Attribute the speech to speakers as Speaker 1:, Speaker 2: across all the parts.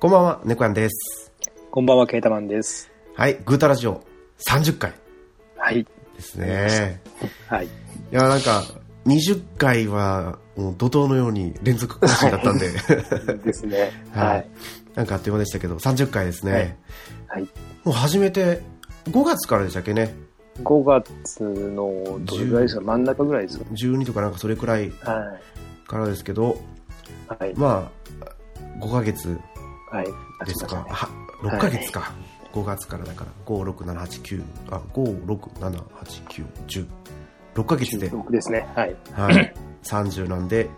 Speaker 1: こんばんは、ネコヤンです。
Speaker 2: こんばんは、ケータマンです。
Speaker 1: はい、グータラジオ30回
Speaker 2: はい。
Speaker 1: ですね。
Speaker 2: はい。
Speaker 1: いや、なんか、20回は、もう怒涛のように連続更新だったんで、
Speaker 2: ですね。
Speaker 1: は
Speaker 2: はいい。
Speaker 1: なんかあっという間でしたけど、30回ですね。
Speaker 2: はいはい。
Speaker 1: もう初めて、5月からでしたっけね。
Speaker 2: 5月の、どれぐらいですか真ん中ぐらいですか
Speaker 1: 12とかなんかそれくらい
Speaker 2: は
Speaker 1: からですけど、
Speaker 2: い。はい。
Speaker 1: まあ、5ヶ月
Speaker 2: はい。
Speaker 1: ですか。
Speaker 2: あ
Speaker 1: は6ヶ月か。5月からだから、5、6、7、8、9、あ、5、6、7、8、9、10。6ヶ
Speaker 2: そ
Speaker 1: 月で
Speaker 2: うでしたね。僕ですね。はい。
Speaker 1: はい、30なんで、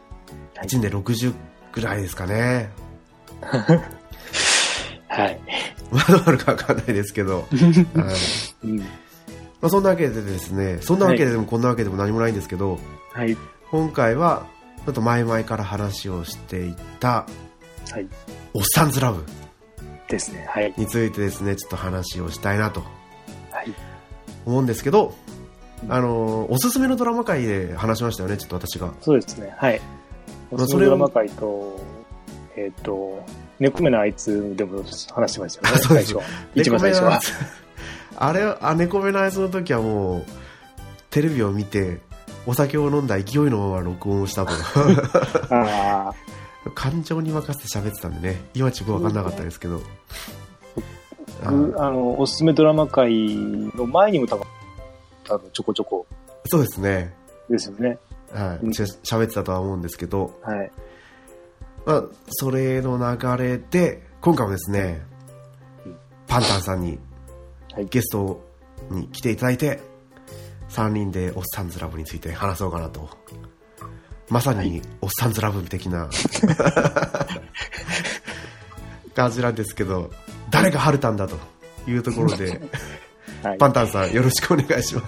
Speaker 2: はい
Speaker 1: 1年で60ぐらいですかね。
Speaker 2: はい。
Speaker 1: まあどうなるかわかんないですけど、はいま
Speaker 2: うん
Speaker 1: あ、そんなわけでですね、そんなわけでもこんなわけでも何もないんですけど、
Speaker 2: はい。
Speaker 1: 今回は、ちょっと前々から話をしていた、
Speaker 2: はい。
Speaker 1: おっさんずラブ
Speaker 2: ですね。はい。
Speaker 1: についてですね、ちょっと話をしたいなと
Speaker 2: はい。
Speaker 1: 思うんですけど、あの、おすすめのドラマ会で話しましたよね、ちょっと私が。
Speaker 2: そうですね。はい。
Speaker 1: まあ
Speaker 2: おすす
Speaker 1: そ
Speaker 2: め
Speaker 1: れを
Speaker 2: ドラマ会と、えっと、猫目のあいつでも話してましたよね。
Speaker 1: そうです
Speaker 2: 最初は。一番最初は。
Speaker 1: あれ、あ、猫目のあいつの時はもう、テレビを見て、お酒を飲んだ勢いのまま録音をしたと。
Speaker 2: ああ。
Speaker 1: 感情に任せて喋ってたんでね、今ちょっと分かんなかったですけど。あ
Speaker 2: 僕あの、おすすめドラマ会の前にも多分、多分ちょこちょこ
Speaker 1: そうですね。
Speaker 2: ですよね。
Speaker 1: は
Speaker 2: うん
Speaker 1: い。し喋ってたとは思うんですけど、
Speaker 2: はい。
Speaker 1: まあ、それの流れで、今回もですね
Speaker 2: うん、
Speaker 1: パンタンさんに
Speaker 2: はい。
Speaker 1: ゲストに来ていただいて、3人でおっさんずラブについて話そうかなと。まさにおっさんずラブ的 な感じなんですけど、誰がハルタンだというところで、
Speaker 2: はい。
Speaker 1: パ
Speaker 2: よ
Speaker 1: ンタンさんよろしくお願いしま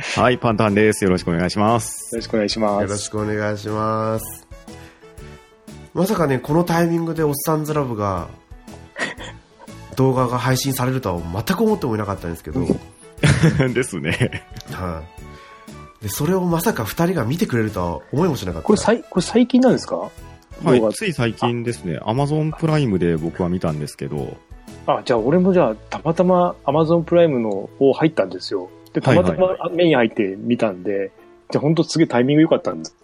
Speaker 1: す。
Speaker 3: はい、パンタンです。よろしくお願いします。
Speaker 2: ろしくお願いします。
Speaker 1: よろしくお願いします。まさかね、このタイミングでおっさんずラブが、動画が配信されるとは全く思ってもいなかったんですけど、
Speaker 3: ですね。
Speaker 1: はい。で、それをまさか二人が見てくれるとは思いもしなかった。
Speaker 2: これ、さい、これ最近なんですか
Speaker 3: は
Speaker 2: 動
Speaker 3: い、
Speaker 2: 画
Speaker 3: つい最近ですね、Amazon プライムで僕は見たんですけど、
Speaker 2: あ、じゃあ俺もじゃあ、たまたま Amazon プライムのを入ったんですよ。で、たまた
Speaker 3: は
Speaker 2: ま
Speaker 3: い
Speaker 2: 目に入って見たんで、じゃあ本当すげえタイミング良かったんです。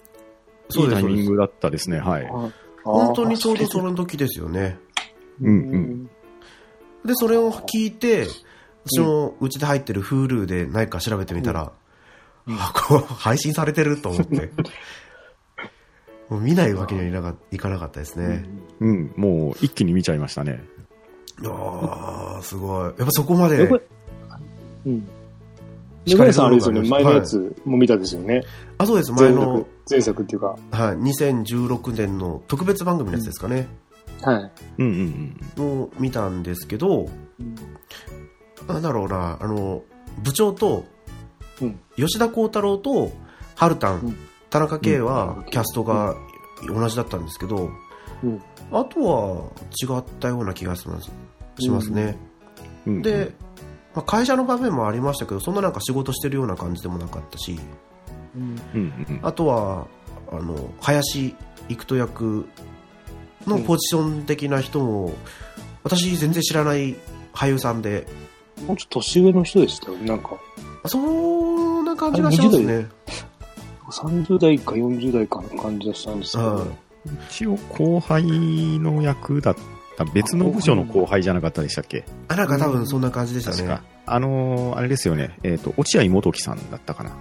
Speaker 3: い
Speaker 1: そう
Speaker 3: い
Speaker 1: で
Speaker 3: タ
Speaker 1: す
Speaker 3: イ
Speaker 1: そう
Speaker 3: ミ
Speaker 1: で
Speaker 3: ン
Speaker 1: す
Speaker 3: グだったですね、はい。
Speaker 1: 本当にちょうど
Speaker 2: そ
Speaker 1: その時ですよね。
Speaker 2: う。
Speaker 3: うんうん
Speaker 1: で、それを聞いて、その、うちで入ってる Hulu で何か調べてみたら、
Speaker 2: うん
Speaker 1: あ、こう、配信されてると思 って。もう見ないわけにはいなかいかなかったですね。
Speaker 3: うん、もう一気に見ちゃいましたね。
Speaker 1: ああ、すごい。やっぱそこま
Speaker 2: え、
Speaker 1: で
Speaker 2: こ。れ、うん。
Speaker 1: 光の
Speaker 2: メガネさんあれですよね、
Speaker 1: 動画
Speaker 2: 前
Speaker 1: 見ました
Speaker 2: のやつも見たですよね。
Speaker 1: あ、そうです。前
Speaker 2: 前
Speaker 1: の
Speaker 2: 作、、前作っていうか。
Speaker 1: はい、2016年の特別番組のやつですかね。
Speaker 2: はい。
Speaker 3: うんうんうん。
Speaker 1: を見たんですけど、なんだろうな、あの、部長と
Speaker 2: うん、
Speaker 1: 吉田鋼太郎と、ハルタン、
Speaker 2: うん
Speaker 1: 田中圭
Speaker 2: う
Speaker 1: は
Speaker 2: ん
Speaker 1: キャストが同じだったんですけど、
Speaker 2: うん
Speaker 1: あとは違ったような気がしますしますね。
Speaker 3: うんうん、
Speaker 1: で、まあ、会社の場面もありましたけど、そんななんか仕事してるような感じでもなかったし、
Speaker 3: うんうん
Speaker 1: あとは、あの、林幾人役のポジション的な人も、私全然知らない俳優さんで、
Speaker 2: もうちょっと年上の人でしたよね、なんか。
Speaker 1: そんな感じがしますね。
Speaker 2: 30代か40代かの感じがしたんですけど。
Speaker 1: うん
Speaker 3: 一応後輩の役だった、別の部署の後輩じゃなかったでしたっけ
Speaker 1: あ、なんか多分そんな感じでした
Speaker 3: 確
Speaker 1: ね。
Speaker 3: か。あのーあれですよね、えっ、と、落合元樹さんだったかな。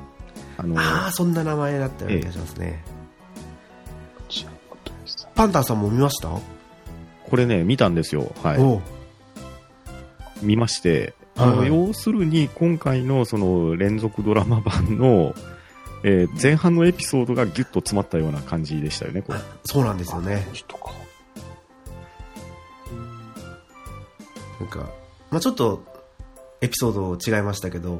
Speaker 3: あのー
Speaker 1: ああ、そんな名前だったような気がしますね。
Speaker 2: 違うことでした
Speaker 1: パンタンさんも見ました、
Speaker 3: これね、見たんですよ。はい。
Speaker 1: おう
Speaker 3: 見まして、あ
Speaker 1: は
Speaker 3: の
Speaker 1: い
Speaker 3: 要するに今回のその連続ドラマ版の、えー前半のエピソードがギュッと詰まったような感じでしたよね、これ
Speaker 1: あそうなんですよ
Speaker 2: あ
Speaker 1: ね
Speaker 2: この。人か。
Speaker 1: なんか、まあちょっと、エピソード違いましたけど、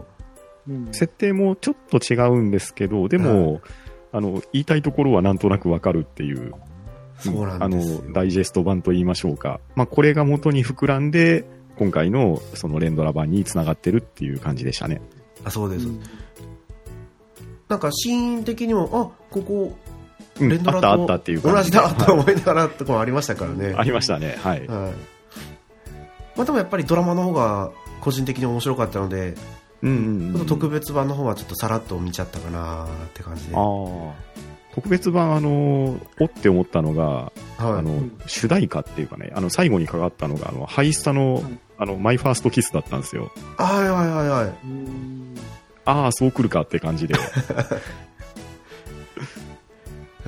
Speaker 2: うん
Speaker 3: 設定もちょっと違うんですけど、でも、あの言いたいところはなんとなくわかるっていう、
Speaker 1: そうなんですよ
Speaker 3: あのダイジェスト版と言いましょうか、まあ、これが元に膨らんで、今回のその連ドラ版につながってるっていう感じでしたね。
Speaker 1: あ、そうです。
Speaker 2: うん
Speaker 1: なんか、シーン的にも、あ、ここ、
Speaker 3: うん
Speaker 1: 連ド
Speaker 3: あ
Speaker 1: ラ
Speaker 3: ったあ
Speaker 1: と
Speaker 3: ったっていう感
Speaker 1: 同
Speaker 3: じ
Speaker 1: じ
Speaker 3: で
Speaker 1: だと思いながらとかもありましたからね。
Speaker 3: ありましたね、はい。
Speaker 1: はい、まあ、でもやっぱりドラマの方が個人的に面白かったので、
Speaker 3: うんうんうん
Speaker 1: ちょっと特別版の方はちょっとさらっと見ちゃったかなって感じで。はい、
Speaker 3: ああ特別版、あの、おって思ったのが、あの
Speaker 2: ん、
Speaker 3: 主題歌っていうかね、あの、最後にかかったのが、あの、ハイスタの
Speaker 2: うん、
Speaker 3: あの、マイファーストキスだったんですよ。
Speaker 1: はいはいはいはい。
Speaker 2: うん
Speaker 3: ああ、そう来るかって感じ で。
Speaker 1: で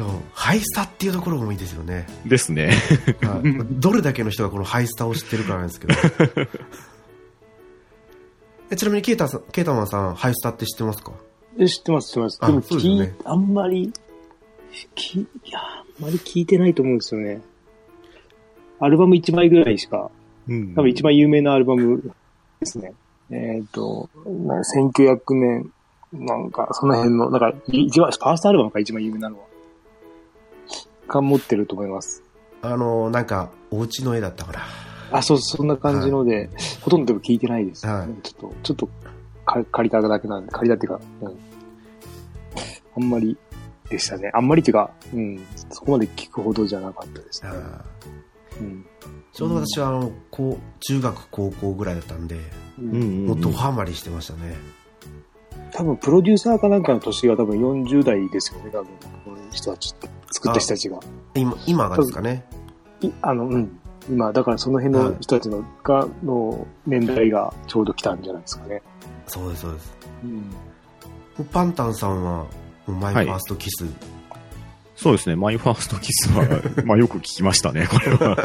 Speaker 1: もハイスタっていうところもいいですよ ね。
Speaker 3: ですね。
Speaker 1: はいどれだけの人がこのハイスタを知ってるかなんですけど。 えちなみにケータさん、ケータマンさん、ハイスタって知ってますか
Speaker 2: え知ってます、知ってます。
Speaker 1: あ
Speaker 2: でも、
Speaker 1: そうですよ
Speaker 2: 聞
Speaker 1: ね
Speaker 2: いあんまり、きいや、あんまり聞いてないと思うんですよね。アルバム1枚ぐらいしか、
Speaker 3: うん
Speaker 2: 多分一番有名なアルバムですね。えっ、と、な1900年、なんか、その辺の、なんか、い一番、ファーストアルバムか一番有名なのは。が持ってると思います。
Speaker 1: あの、なんか、お家の絵だったかな。
Speaker 2: あ、そう、そんな感じので、ほとんどでも聞いてないです。
Speaker 1: はい
Speaker 2: ちょっと、ちょっとか、借りただけなんで、借りたっていうか、うん。あんまりでしたね。あんまりっていうか、うん、そこまで聞くほどじゃなかったですね。
Speaker 1: あ
Speaker 2: うん。
Speaker 1: ーちょうど私はあの、こう中学、高校ぐらいだったんで、
Speaker 2: う
Speaker 3: うんうんんう
Speaker 1: もうんドハマりしてましたね。
Speaker 2: 多分、プロデューサーかなんかの年が多分40代ですよね、多分、この人たちって、作った人たちが。
Speaker 1: 今、今がですかね。
Speaker 2: いあの、うん。今、だからその辺
Speaker 1: はい
Speaker 2: の人たちの、が、の年代がちょうど来たんじゃないですかね。
Speaker 1: そうです、そうです。
Speaker 2: うん。
Speaker 1: パンタンさんは、もうマイ
Speaker 3: はい
Speaker 1: ファーストキス。
Speaker 3: そうですね、マイファーストキス は、まあよく聞きましたね、これ は。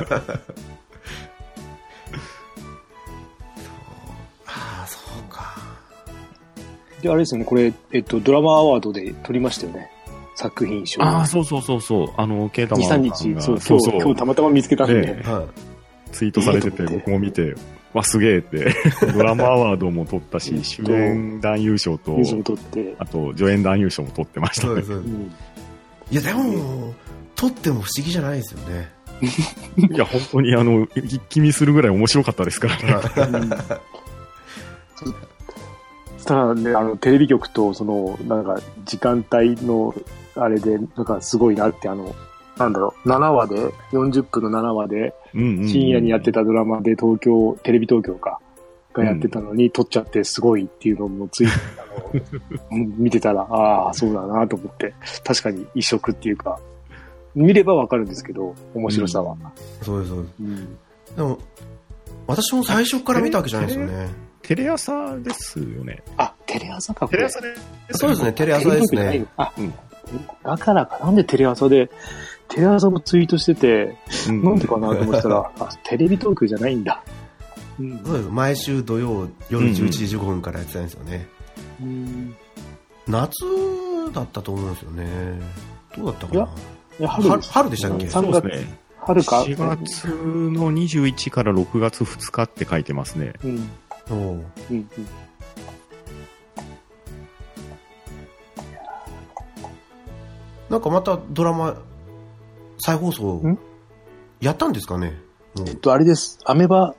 Speaker 1: ああ、そうか。
Speaker 2: で、あれですよね、これ、えっと、ドラマアワードで撮りましたよね。作品賞。
Speaker 3: ああ、そうそうそうそう。あの、ケータ
Speaker 2: 2、
Speaker 3: マンさん
Speaker 2: 3
Speaker 3: が
Speaker 2: 日、そう、
Speaker 3: そ
Speaker 2: 今日、
Speaker 3: うそう
Speaker 2: 今日たまたま見つけたんで。
Speaker 3: ね
Speaker 1: は
Speaker 3: ツイートされ てて、僕も見て、わ、すげえ って、ドラマアワードも取ったし、主演男 優賞と
Speaker 2: ニュ、ースも撮って。
Speaker 3: あと、助演男優賞も取ってま
Speaker 1: い。
Speaker 3: した
Speaker 1: そうで
Speaker 3: ね
Speaker 1: す、。そう
Speaker 2: う
Speaker 1: です。
Speaker 2: ん。
Speaker 1: いや、でも、撮っても不思議じゃないですよね。
Speaker 3: いや、本当に、あの、一気見するぐらい面白かったで すからね。
Speaker 1: は
Speaker 2: そしたらね、あの、テレビ局と、その、なんか、時間帯の、あれで、なんか、すごいなって、あの、なんだろう、7話で、40分の7話で、
Speaker 3: うんうん
Speaker 2: 深夜にやってたドラマで東京、テレビ東京か、がやってたのに撮っちゃってすごいっていうのもつい、あの、見てたら、ああ、そうだなと思って、確かに異色っていうか、見ればわかるんですけど、面白さは。
Speaker 1: い そうです、そうで
Speaker 2: うん。
Speaker 1: す。でも、私も最初から見たわけじゃないですよね。
Speaker 3: テレ朝ですよね。
Speaker 2: あ、テレ朝か、こ
Speaker 3: テ
Speaker 2: れ
Speaker 3: レ朝で
Speaker 1: そうですね、テレ
Speaker 2: テ
Speaker 1: 朝
Speaker 2: レ
Speaker 1: で
Speaker 2: ビ
Speaker 1: す
Speaker 2: 局じゃない
Speaker 1: ね
Speaker 2: の。あ、
Speaker 3: うん
Speaker 2: だからか、なんでテレ朝で、テレ朝もツイートしてて、
Speaker 3: う
Speaker 2: なんでかなと思ってた ら、あ、テレビ東京じゃないんだ。うん
Speaker 1: そうです。毎週土曜夜11時15分からやってたんですよね。
Speaker 2: うん
Speaker 1: 夏だったと思うんですよね。どうだったか
Speaker 2: い
Speaker 1: な
Speaker 2: やいや春
Speaker 1: 春
Speaker 2: です
Speaker 1: 春でしたっけ
Speaker 2: うん
Speaker 3: そうですね。
Speaker 2: 春か。
Speaker 3: 4月の21から6月2日って書いてますね。
Speaker 2: うん。
Speaker 1: そう
Speaker 2: うんうん
Speaker 1: なんかまたドラマ、再放送
Speaker 2: ん、
Speaker 1: やったんですかねもう
Speaker 2: えっと、あれです。アメバ、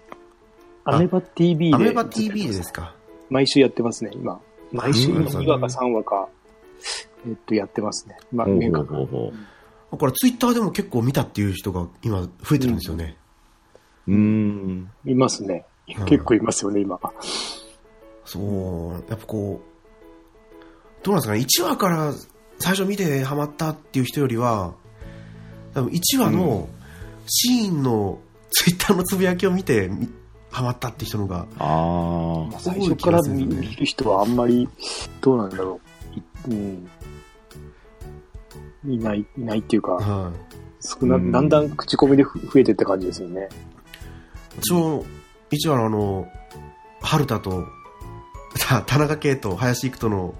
Speaker 2: アメバ TV で。
Speaker 1: アメバ TV ですか。
Speaker 2: 毎週やってますね、今。毎週
Speaker 1: うん
Speaker 2: 2話か3話か、えっと、やってますね。まあ、
Speaker 3: ほう
Speaker 2: 年
Speaker 3: ほう
Speaker 2: 間
Speaker 3: ほうほ
Speaker 1: これツイッターでも結構見たっていう人が今増えてるんですよね。
Speaker 3: う。うーん。
Speaker 2: いますね
Speaker 1: うん。
Speaker 2: 結構いますよね、今。
Speaker 1: そう、やっぱこう、どうなんですかね、1話から最初見てハマったっていう人よりは、多分1話のシーンのツイッターのつぶやきを見てみハマったって人のが、
Speaker 3: ああ。
Speaker 2: 最初から
Speaker 1: そういう気がする
Speaker 2: 見
Speaker 1: ね
Speaker 2: 見る人はあんまり、どうなんだろう。いうん。いない、いないっていうか、
Speaker 1: はい。
Speaker 2: 少な、
Speaker 3: うん
Speaker 2: だんだん口コミでふ増えてって感じですよね。
Speaker 1: 私も1話のあの、春田と、た田中圭と林育人の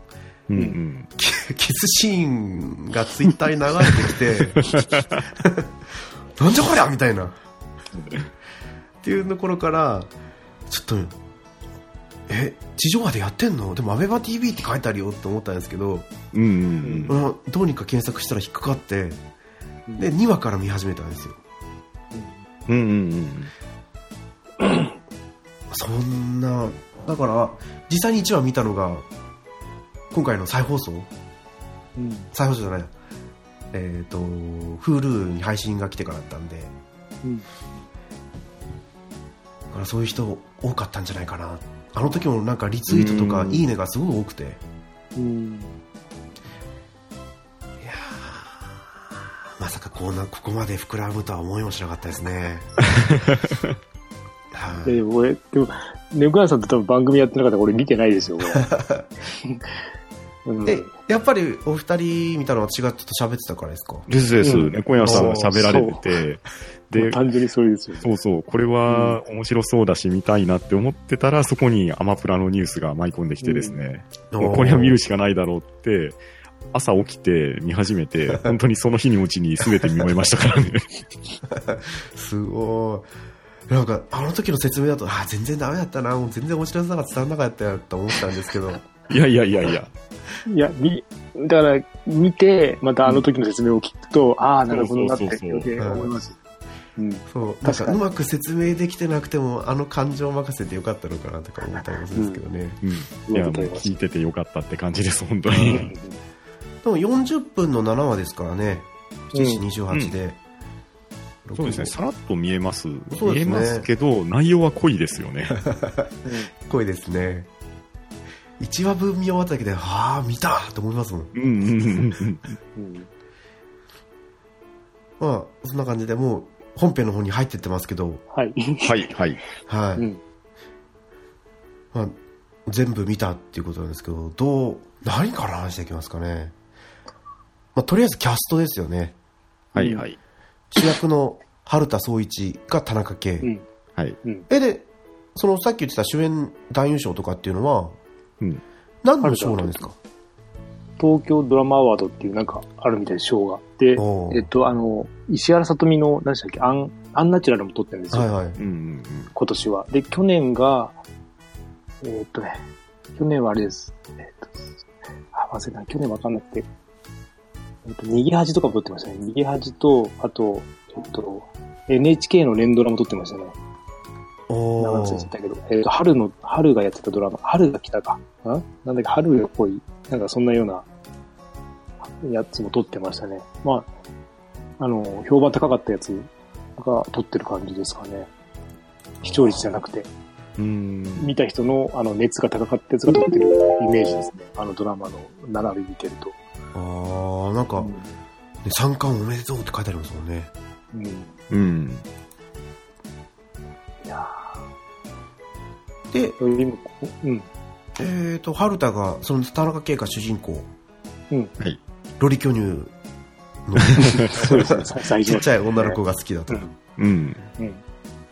Speaker 3: うんうん。
Speaker 1: キキスシーンがツイッターに流れてき て、なんじゃこりゃみたいな。っていうところから、ちょっと、え、地上波でやってんのでも、アベバ TV って書いてあるよって思ったんですけど、
Speaker 3: うんうんうん。
Speaker 1: まあどうにか検索したら引っかかって、で、2話から見始めたんですよ。
Speaker 3: うんうんうん。
Speaker 1: そんな、だから、実際に1話見たのが、今回の再放送
Speaker 2: うん。
Speaker 1: 再放送じゃないえっ、と Hulu に配信が来てからだったんで、
Speaker 2: うん
Speaker 1: からそういう人多かったんじゃないかなあの時もなんかリツイートとか
Speaker 3: うん
Speaker 1: いいねがすごい多くていや
Speaker 2: うん。
Speaker 1: ーまさかこんなここまで膨らむとは思いもしなかったですねはい
Speaker 2: え、俺、でも、ネクラさんと多分番組やってなかったら俺見てないですよ、こ れ。うん
Speaker 1: えやっぱりお二人見たのは違ってと喋ってたからですか
Speaker 3: ですです。
Speaker 2: うん
Speaker 3: 猫、屋さんが喋られてて、
Speaker 2: も
Speaker 3: で
Speaker 2: う、単純にそれですよね。
Speaker 3: そうそう、これは面白そうだし見たいなって思ってたら、そこにアマプラのニュースが舞い込んできてですね、もうこれは見るしかないだろうって、朝起きて見始めて、 本当にその日のうちに全て見終えましたからね。
Speaker 1: すごい。なんか、あの時の説明だと、あ、全然ダメだったな、もう全然面白さが伝わんなかったよって思ったんです けど、
Speaker 3: いやいやいやいや。
Speaker 2: いや、み、だから、見て、またあの時の説明を聞くと、ああ、なるほどなって
Speaker 3: そうそうそうそう
Speaker 2: 余計思います。うん。
Speaker 1: そう、なん
Speaker 2: 確
Speaker 1: か
Speaker 2: か
Speaker 1: う
Speaker 2: に
Speaker 1: まく説明できてなくても、あの感情任せてよかったのかなとか思ったりもするんですけどね。
Speaker 3: うん。いや、も
Speaker 2: う
Speaker 3: うん聞いててよかったって感じです、本当
Speaker 2: う
Speaker 3: に。
Speaker 2: ん
Speaker 1: でも40分の7話ですからね、7時28で。
Speaker 3: そうですね、さらっと見えます。
Speaker 1: そう
Speaker 3: 見
Speaker 1: で
Speaker 3: え
Speaker 1: すね
Speaker 3: ますけど、内容は濃いですよね。
Speaker 1: 濃いですね。1話分見終わっただけで、はあ、見たと思いますもん。
Speaker 3: うんうんうんうん。
Speaker 2: うん
Speaker 1: まあ、そんな感じでもう本編の方に入ってってますけど、
Speaker 2: はい。
Speaker 3: はい、はい。
Speaker 1: はい。
Speaker 2: うん
Speaker 1: まあ、全部見たっていうことなんですけど、どう、何から話していきますかね。まあ、とりあえずキャストですよね。
Speaker 3: はい、はい。
Speaker 1: 主役の春田総一が田中圭。
Speaker 2: うん
Speaker 3: はい。
Speaker 1: え、で、そのさっき言ってた主演男優賞とかっていうのは、
Speaker 3: うん。
Speaker 1: 何の賞なんですか
Speaker 2: 東京ドラマアワードっていうなんかあるみたいな賞が。で、
Speaker 1: おー
Speaker 2: えっと、あの、石原さとみの、何でしたっけ、アン、アンナチュラルも撮ってるんですよ。
Speaker 1: はいはい。
Speaker 3: うんうん
Speaker 2: 今年は。で、去年が、えーっとね、去年はあれです。えーっと、あ、忘れた。去年わかんなくて。えーっと、逃げ恥とかも撮ってましたね。逃げ恥と、あと、えーっと、NHK の連ドラも撮ってましたね。名前
Speaker 1: お
Speaker 2: 忘れちゃ
Speaker 1: ー
Speaker 2: ったけど。えーっと、春の、春がやってたドラマ、春が来たか。んなんだっけ、春が来い。なんかそんなような、やつも撮ってましたね。まあ、あの、評判高かったやつが撮ってる感じですかね。視聴率じゃなくて。
Speaker 3: うん。うん。
Speaker 2: 見た人のあの熱が高かったやつが撮ってるイメージですね。あのドラマの並び見てると。
Speaker 1: あー、なんか、ね三冠おめでとうって書いてありますもんね。
Speaker 2: うん。い
Speaker 3: うん。
Speaker 2: や
Speaker 1: で、
Speaker 2: ーよりもこう、うん。
Speaker 1: えーと、春田が、その田中圭が主人公。
Speaker 2: うん
Speaker 3: はい。
Speaker 1: ロリ巨乳の
Speaker 2: そうですね。さ最初
Speaker 1: ちっ
Speaker 2: の
Speaker 1: ちゃい女の子が好きだと
Speaker 2: う。ん。
Speaker 3: うん。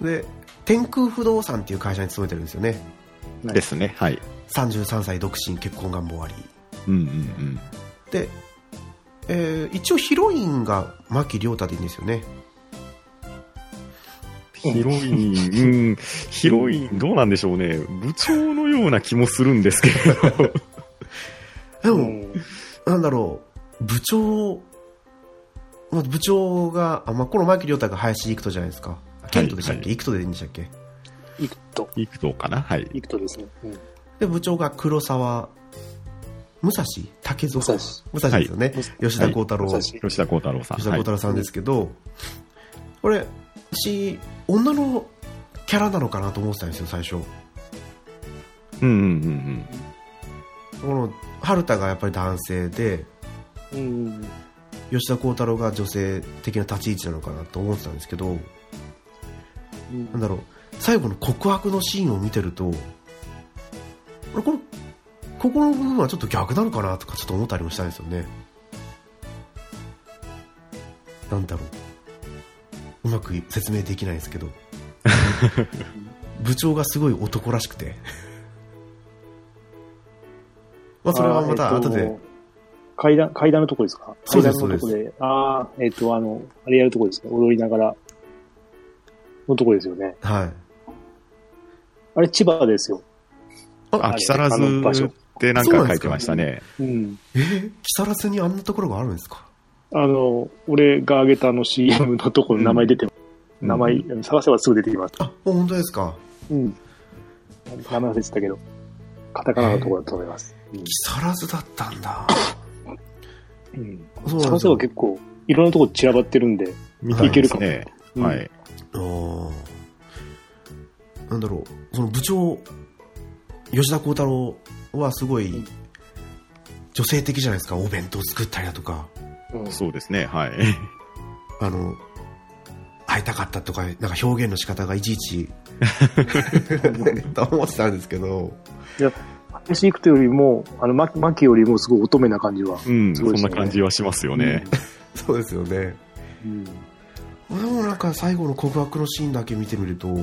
Speaker 1: で天空不動産っていう会社に勤めてるんですよね
Speaker 3: ですね、はい。
Speaker 1: 33歳独身結婚願望あり
Speaker 3: うんうん
Speaker 1: で、えー一応ヒロインが牧亮太でいいんですよね
Speaker 3: うん。ヒロイン、うん、ヒロイン、どうなんでしょうね。部長のような気もするんですけど。
Speaker 1: でも、
Speaker 2: うん。
Speaker 1: なんだろう部長まあ部長があ、まあ、この牧亮太が林育人じゃないですか健人でしたっけ、
Speaker 3: はい
Speaker 1: 育人でいいんでしたっけ
Speaker 2: いくと、
Speaker 3: いくとかなはい。
Speaker 2: いくとですね。うん。
Speaker 1: で部長が黒沢武蔵竹蔵
Speaker 2: 武蔵
Speaker 1: 武蔵ですよね、
Speaker 2: 武
Speaker 1: 吉田鋼太郎、
Speaker 2: 蔵
Speaker 3: 吉田幸太郎さん。
Speaker 1: 吉田鋼太郎さんですけど、これ私女のキャラなのかなと思ってたんですよ最初
Speaker 3: はい、うんうんうん
Speaker 1: この春田がやっぱり男性で
Speaker 2: うん。
Speaker 1: 吉田鋼太郎が女性的な立ち位置なのかなと思ってたんですけど
Speaker 2: うん
Speaker 1: なんだろう最後の告白のシーンを見てると俺これここの部分はちょっと逆なのかなとかちょっと思ったりもしたんですよねなんだろううまく説明できないですけど部長がすごい男らしく てまあそれはまた後
Speaker 2: あー
Speaker 1: で、
Speaker 2: えっと階段、階段のとこですか
Speaker 1: そう
Speaker 2: 階
Speaker 1: で
Speaker 2: 段
Speaker 1: す
Speaker 2: のとこで、ああ、えっ、と、あの、あれやるとこですね。踊りながらのとこですよね。
Speaker 1: はい
Speaker 2: あれ、千葉ですよ。
Speaker 3: うん。あ、
Speaker 2: れ
Speaker 3: 木更
Speaker 2: あの場
Speaker 3: 津
Speaker 2: 所
Speaker 3: ってなんか書いてましたね。
Speaker 2: うん。
Speaker 1: えー、木更津にあんなところがあるんですか
Speaker 2: あの、俺が挙げたあの CM のところ名前出て、
Speaker 3: うん
Speaker 2: 名前、探せばすぐ出てきます。
Speaker 1: あ本当ですか
Speaker 2: うん。名前忘れてたけど、カタカナのところだと思います。
Speaker 1: 木更津だったん だ
Speaker 2: うん。
Speaker 1: そうなん
Speaker 2: 探
Speaker 1: です
Speaker 2: せば
Speaker 1: よ
Speaker 2: 結構、いろんなところ散らばってるんで、
Speaker 3: 見ていけるかも。
Speaker 2: うん
Speaker 3: はい。
Speaker 1: おーうなんだろう、その部長、吉田鋼太郎はすごい、女性的じゃないですか、お弁当作ったりだとか、
Speaker 2: うん
Speaker 3: そうですね、はい。
Speaker 1: あの、会いたかったとか、なんか表現の仕方がいちいち、 と思ってたんですけど、
Speaker 2: 私行くというよりも、あの、マキマキよりもすごい乙女な感じは。
Speaker 3: うん、
Speaker 2: す
Speaker 3: そ
Speaker 2: ごいで
Speaker 3: ん
Speaker 2: すね
Speaker 3: な感じはしますよね。
Speaker 1: そうですよね。
Speaker 2: うん。
Speaker 1: でもなんか最後の告白のシーンだけ見てみると、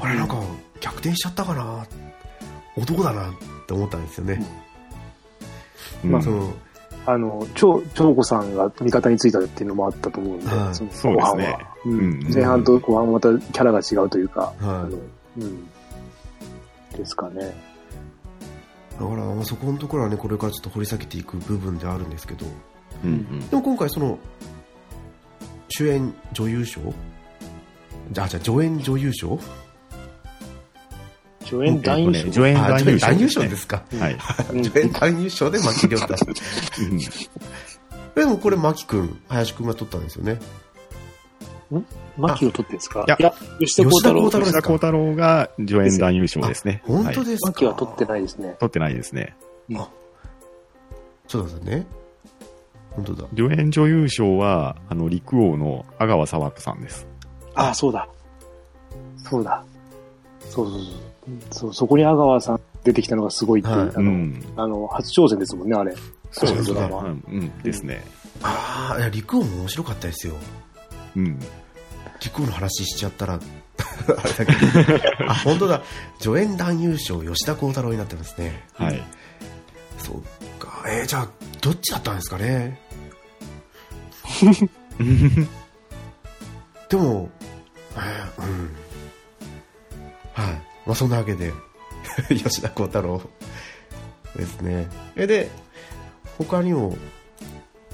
Speaker 1: あれなんか逆転しちゃったかな、男だなって思ったんですよね。
Speaker 3: うん
Speaker 2: まあ
Speaker 1: その
Speaker 2: あの、長、長子さんが味方についたっていうのもあったと思うんで、
Speaker 1: はい
Speaker 2: の
Speaker 3: そうですね
Speaker 2: 後半はう
Speaker 3: うん
Speaker 2: ん。前半と後半はまたキャラが違うというか、あ
Speaker 1: は
Speaker 2: の
Speaker 1: い、
Speaker 2: うん。ですかね。
Speaker 1: だからまあそこのところはねこれからちょっと掘り下げていく部分ではあるんですけどで
Speaker 3: うん
Speaker 1: も今回その主演女優賞じゃあじゃあ助演女優賞
Speaker 2: 助演男優賞、
Speaker 3: 助演
Speaker 1: あ
Speaker 3: 男
Speaker 1: 助
Speaker 3: 優
Speaker 1: 演
Speaker 3: 賞
Speaker 1: 男優賞ですか
Speaker 3: うんはい。
Speaker 2: う ん
Speaker 1: 助演男優賞で牧亮太 でもこれ牧君林君が取ったんですよね
Speaker 2: マキを取ってですか
Speaker 3: いや
Speaker 2: 吉田鋼太郎。
Speaker 1: 吉田鋼太郎
Speaker 3: 吉田幸太郎が助演男優賞ですね。
Speaker 1: 本当
Speaker 3: はい
Speaker 1: ですか
Speaker 2: マキは取ってないですね。
Speaker 3: 取ってないですね。
Speaker 1: ちょっと待ってね本当だ
Speaker 3: 助演女優賞は、あの、陸王の阿川沢子さんです。
Speaker 2: ああ、そうだ。そうだ。そうそうそう。そうそこに阿川さん出てきたのがすごいっていう、
Speaker 1: はい
Speaker 2: あ
Speaker 3: う
Speaker 2: の、
Speaker 3: ん。
Speaker 2: あの、初挑戦ですもんね、あれ。
Speaker 1: そうですね
Speaker 2: ドラ
Speaker 3: う
Speaker 2: マ。
Speaker 3: んうん。ですね。
Speaker 1: ああ陸王も面白かったですよ
Speaker 3: うん。
Speaker 1: 陸王の話しちゃった らあれだけどあ本当だ助演男優賞吉田鋼太郎になってますね
Speaker 3: はい。
Speaker 1: そうか、えーじゃあ、どっちだったんですかね。でも、えーうん。はい。まあ、そんなわけで、 吉田鋼太郎ですね。え、で、他にも、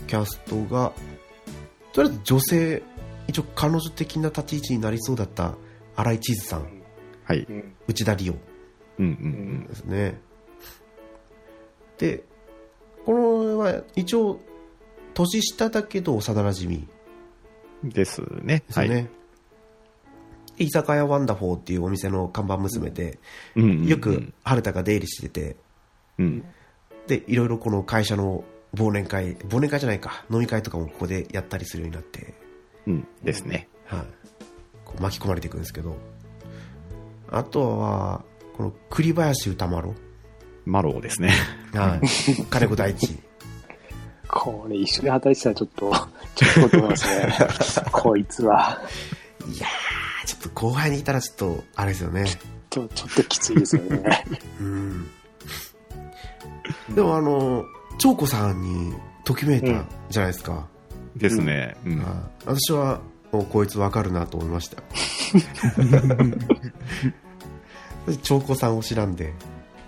Speaker 1: キャストが、とりあえず女性、一応彼女的な立ち位置になりそうだった、新井千鶴さん、
Speaker 3: はい。
Speaker 2: うん
Speaker 1: 内田理央。
Speaker 3: うんうん
Speaker 1: ですね。で、これは一応、年下だけど幼馴染み
Speaker 3: うん。ですね。
Speaker 1: です
Speaker 3: は
Speaker 1: よ
Speaker 3: い。
Speaker 1: ね。居酒屋ワンダフォーっていうお店の看板娘で、
Speaker 3: うんうんうん
Speaker 1: よく、春田が出入りしてて、
Speaker 3: うん。
Speaker 1: で、いろいろこの会社の忘年会、忘年会じゃないか、飲み会とかもここでやったりするようになって、
Speaker 3: うん。ですね。
Speaker 1: はい、こう巻き込まれていくんですけど、あとは、この栗林歌丸、
Speaker 3: マローですね。
Speaker 1: はい、金子大地。
Speaker 2: これ一緒に働いてたらちょっと、ちょっと思いますね。こいつは、
Speaker 1: いやー、ちょっと後輩にいたらちょっと、あれですよね。
Speaker 2: ちょちょっときついですよね。
Speaker 1: うん。でもあの、長子さんにときめいたじゃないですか。
Speaker 3: ですね。うん。
Speaker 1: あ私は、もうこいつわかるなと思いま したよ。で長子さんを知らんで。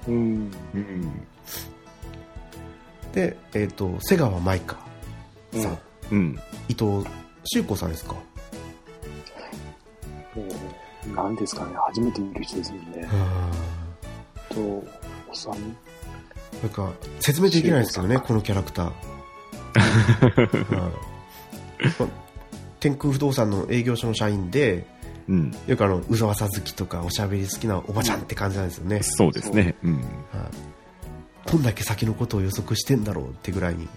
Speaker 2: うん。
Speaker 3: うん。
Speaker 1: で、えっ、と、瀬川舞香さん、
Speaker 2: うん
Speaker 3: うん。
Speaker 1: 伊藤修子さんですか。
Speaker 2: 何ですかね、初めて見る人ですもん ね。
Speaker 1: あ
Speaker 2: と、おさん、
Speaker 1: ーなんか、説明できないですよね、
Speaker 2: 修子
Speaker 1: このキャラクター。 はいまあ天空不動産の営業所の社員で、
Speaker 3: うん。
Speaker 1: よくあの、うざわさ好きとか、おしゃべり好きなおばちゃんって感じなんですよね。
Speaker 3: そうですね。うん。
Speaker 1: はいどんだけ先のことを予測してんだろうってぐらいに。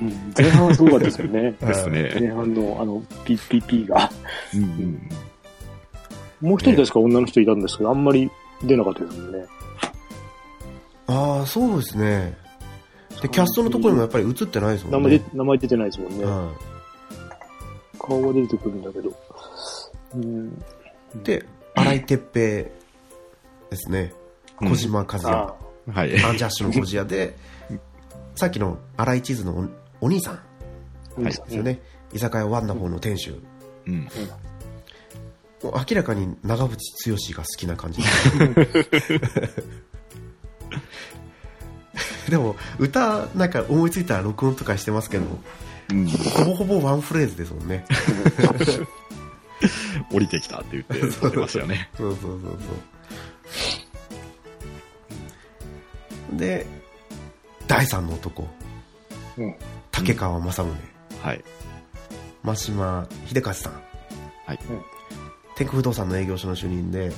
Speaker 2: うん前半はすごかったです よね。
Speaker 3: ですね。
Speaker 2: 前半のあの、PPP が。
Speaker 3: うんうん。
Speaker 2: もう一人確か女の人いたんですけど、あんまり出なかったですもんね。
Speaker 1: ああ、そうですね。で、キャストのところにもやっぱり映ってないですも
Speaker 2: 名
Speaker 1: ん
Speaker 2: 前
Speaker 1: ね
Speaker 2: で。名前出てないですもんね。
Speaker 1: は
Speaker 2: 顔は出てくるんだけど。うん。
Speaker 1: い、で、荒井哲平ですね。
Speaker 3: うん
Speaker 1: 小島和
Speaker 2: あ
Speaker 1: 也。
Speaker 3: はい。
Speaker 1: アンジャッシュの小島で、さっきの荒井地図のおお兄さん
Speaker 2: あ、
Speaker 3: はい
Speaker 1: ですよね。居酒屋ワンダフォーの店主。
Speaker 3: うん。
Speaker 1: もう明らかに長渕剛が好きな感 じでも歌なんか思いついたら録音とかしてますけど
Speaker 3: うん。
Speaker 1: ほぼほぼワンフレーズですもんね
Speaker 3: 降りてきたって言って、言ってました よね。
Speaker 1: そうそうそうそうで第三の男
Speaker 2: うん
Speaker 1: 竹川正宗
Speaker 3: はい。
Speaker 1: 真島秀和さん、
Speaker 3: はい
Speaker 1: 天空不動産の営業所の主任で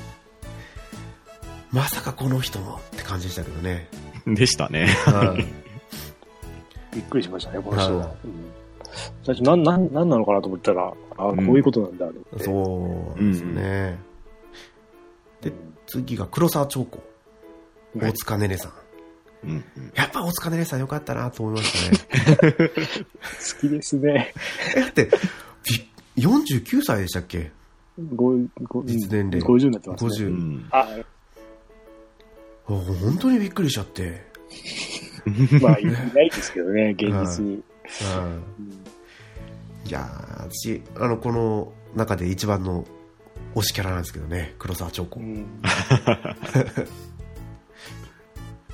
Speaker 1: まさかこの人もって感じでしたけどね。
Speaker 3: でしたね。
Speaker 1: はい
Speaker 2: びっくりしましたね、この人
Speaker 1: は
Speaker 2: は。うん最初、なん、なん、なんなのかなと思ったら、ああ、こ
Speaker 3: う
Speaker 2: うんいうことなんだ、あれって。
Speaker 1: そうですね。で次が黒沢長子、
Speaker 2: うん
Speaker 1: 大塚寧々さん。
Speaker 3: うん
Speaker 1: やっぱ大塚寧々さん良かったなと思いましたね。
Speaker 2: 好きですね。
Speaker 1: えだって、び49歳でしたっけ
Speaker 2: ごご
Speaker 1: 実年齢
Speaker 2: 50になってますね。
Speaker 3: う
Speaker 1: ?50、
Speaker 3: ん
Speaker 2: あ
Speaker 1: あ本当にびっくりしちゃって。
Speaker 2: まあ、いないですけどね、現実に。
Speaker 1: うん
Speaker 2: うん
Speaker 1: いやー私、あの、この中で一番の推しキャラなんですけどね、黒沢長子
Speaker 2: う。ん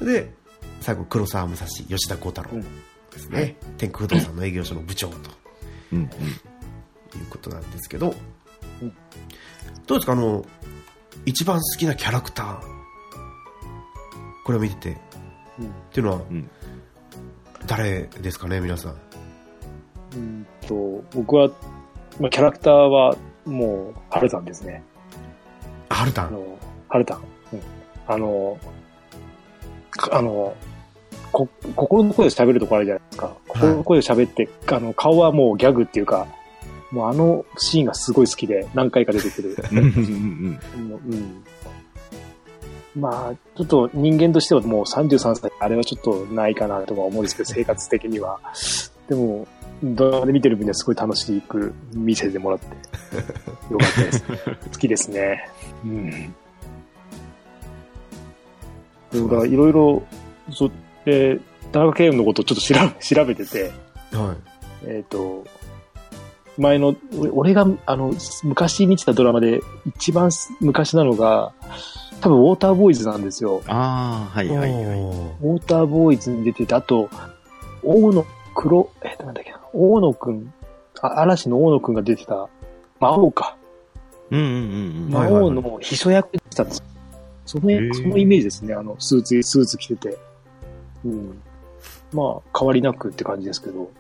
Speaker 1: で、最後、黒沢武蔵、吉田鋼太郎ですね、天空不動産の営業所の部長と
Speaker 3: うんうん
Speaker 1: いうことなんですけど、
Speaker 2: うん
Speaker 1: どうですか、あの、一番好きなキャラクター、これを見てて、っ
Speaker 2: うん
Speaker 1: ていうのは
Speaker 3: うん、
Speaker 1: 誰ですかね、皆さん。
Speaker 2: うんと、僕は、まあ、キャラクターは、もう、ハルタンですね。
Speaker 1: あはるた
Speaker 2: あ
Speaker 1: ん。
Speaker 2: の、ハルタン。うんあの、かあの、こ、心の声で喋るとこあるじゃないですか。心の声で喋って、あの、顔はもうギャグっていうか、もうあのシーンがすごい好きで、何回か出てくる。
Speaker 3: うんうん
Speaker 2: もううんまあ、ちょっと人間としてはもう33歳、あれはちょっとないかなとは思うんですけど、生活的には。でも、ドラマで見てる分にはすごい楽しく見せてもらって、よかったです。好きですね。うん。だから、いろいろ、そえー田中圭のことをちょっと調べ調べてて、
Speaker 1: はい。
Speaker 2: えっ、と、前の、お俺が、あの、昔見てたドラマで、一番す昔なのが、多分、ウォーターボーイズなんですよ。
Speaker 3: ああ、はいはいはい。
Speaker 1: お
Speaker 2: ウォーターボーイズに出てて、あと、大野黒、えっ、と、なんだっけな、大野くん、あ嵐の大野くんが出てた、魔王か。
Speaker 3: うんうんうんうん。
Speaker 1: は
Speaker 2: 魔
Speaker 1: いはいはい
Speaker 2: 王の秘書役でしたんですよその
Speaker 3: へー
Speaker 2: そのイメージですね、あの、スーツ、スーツ着てて。うん。まあ、変わりなくって感じですけど、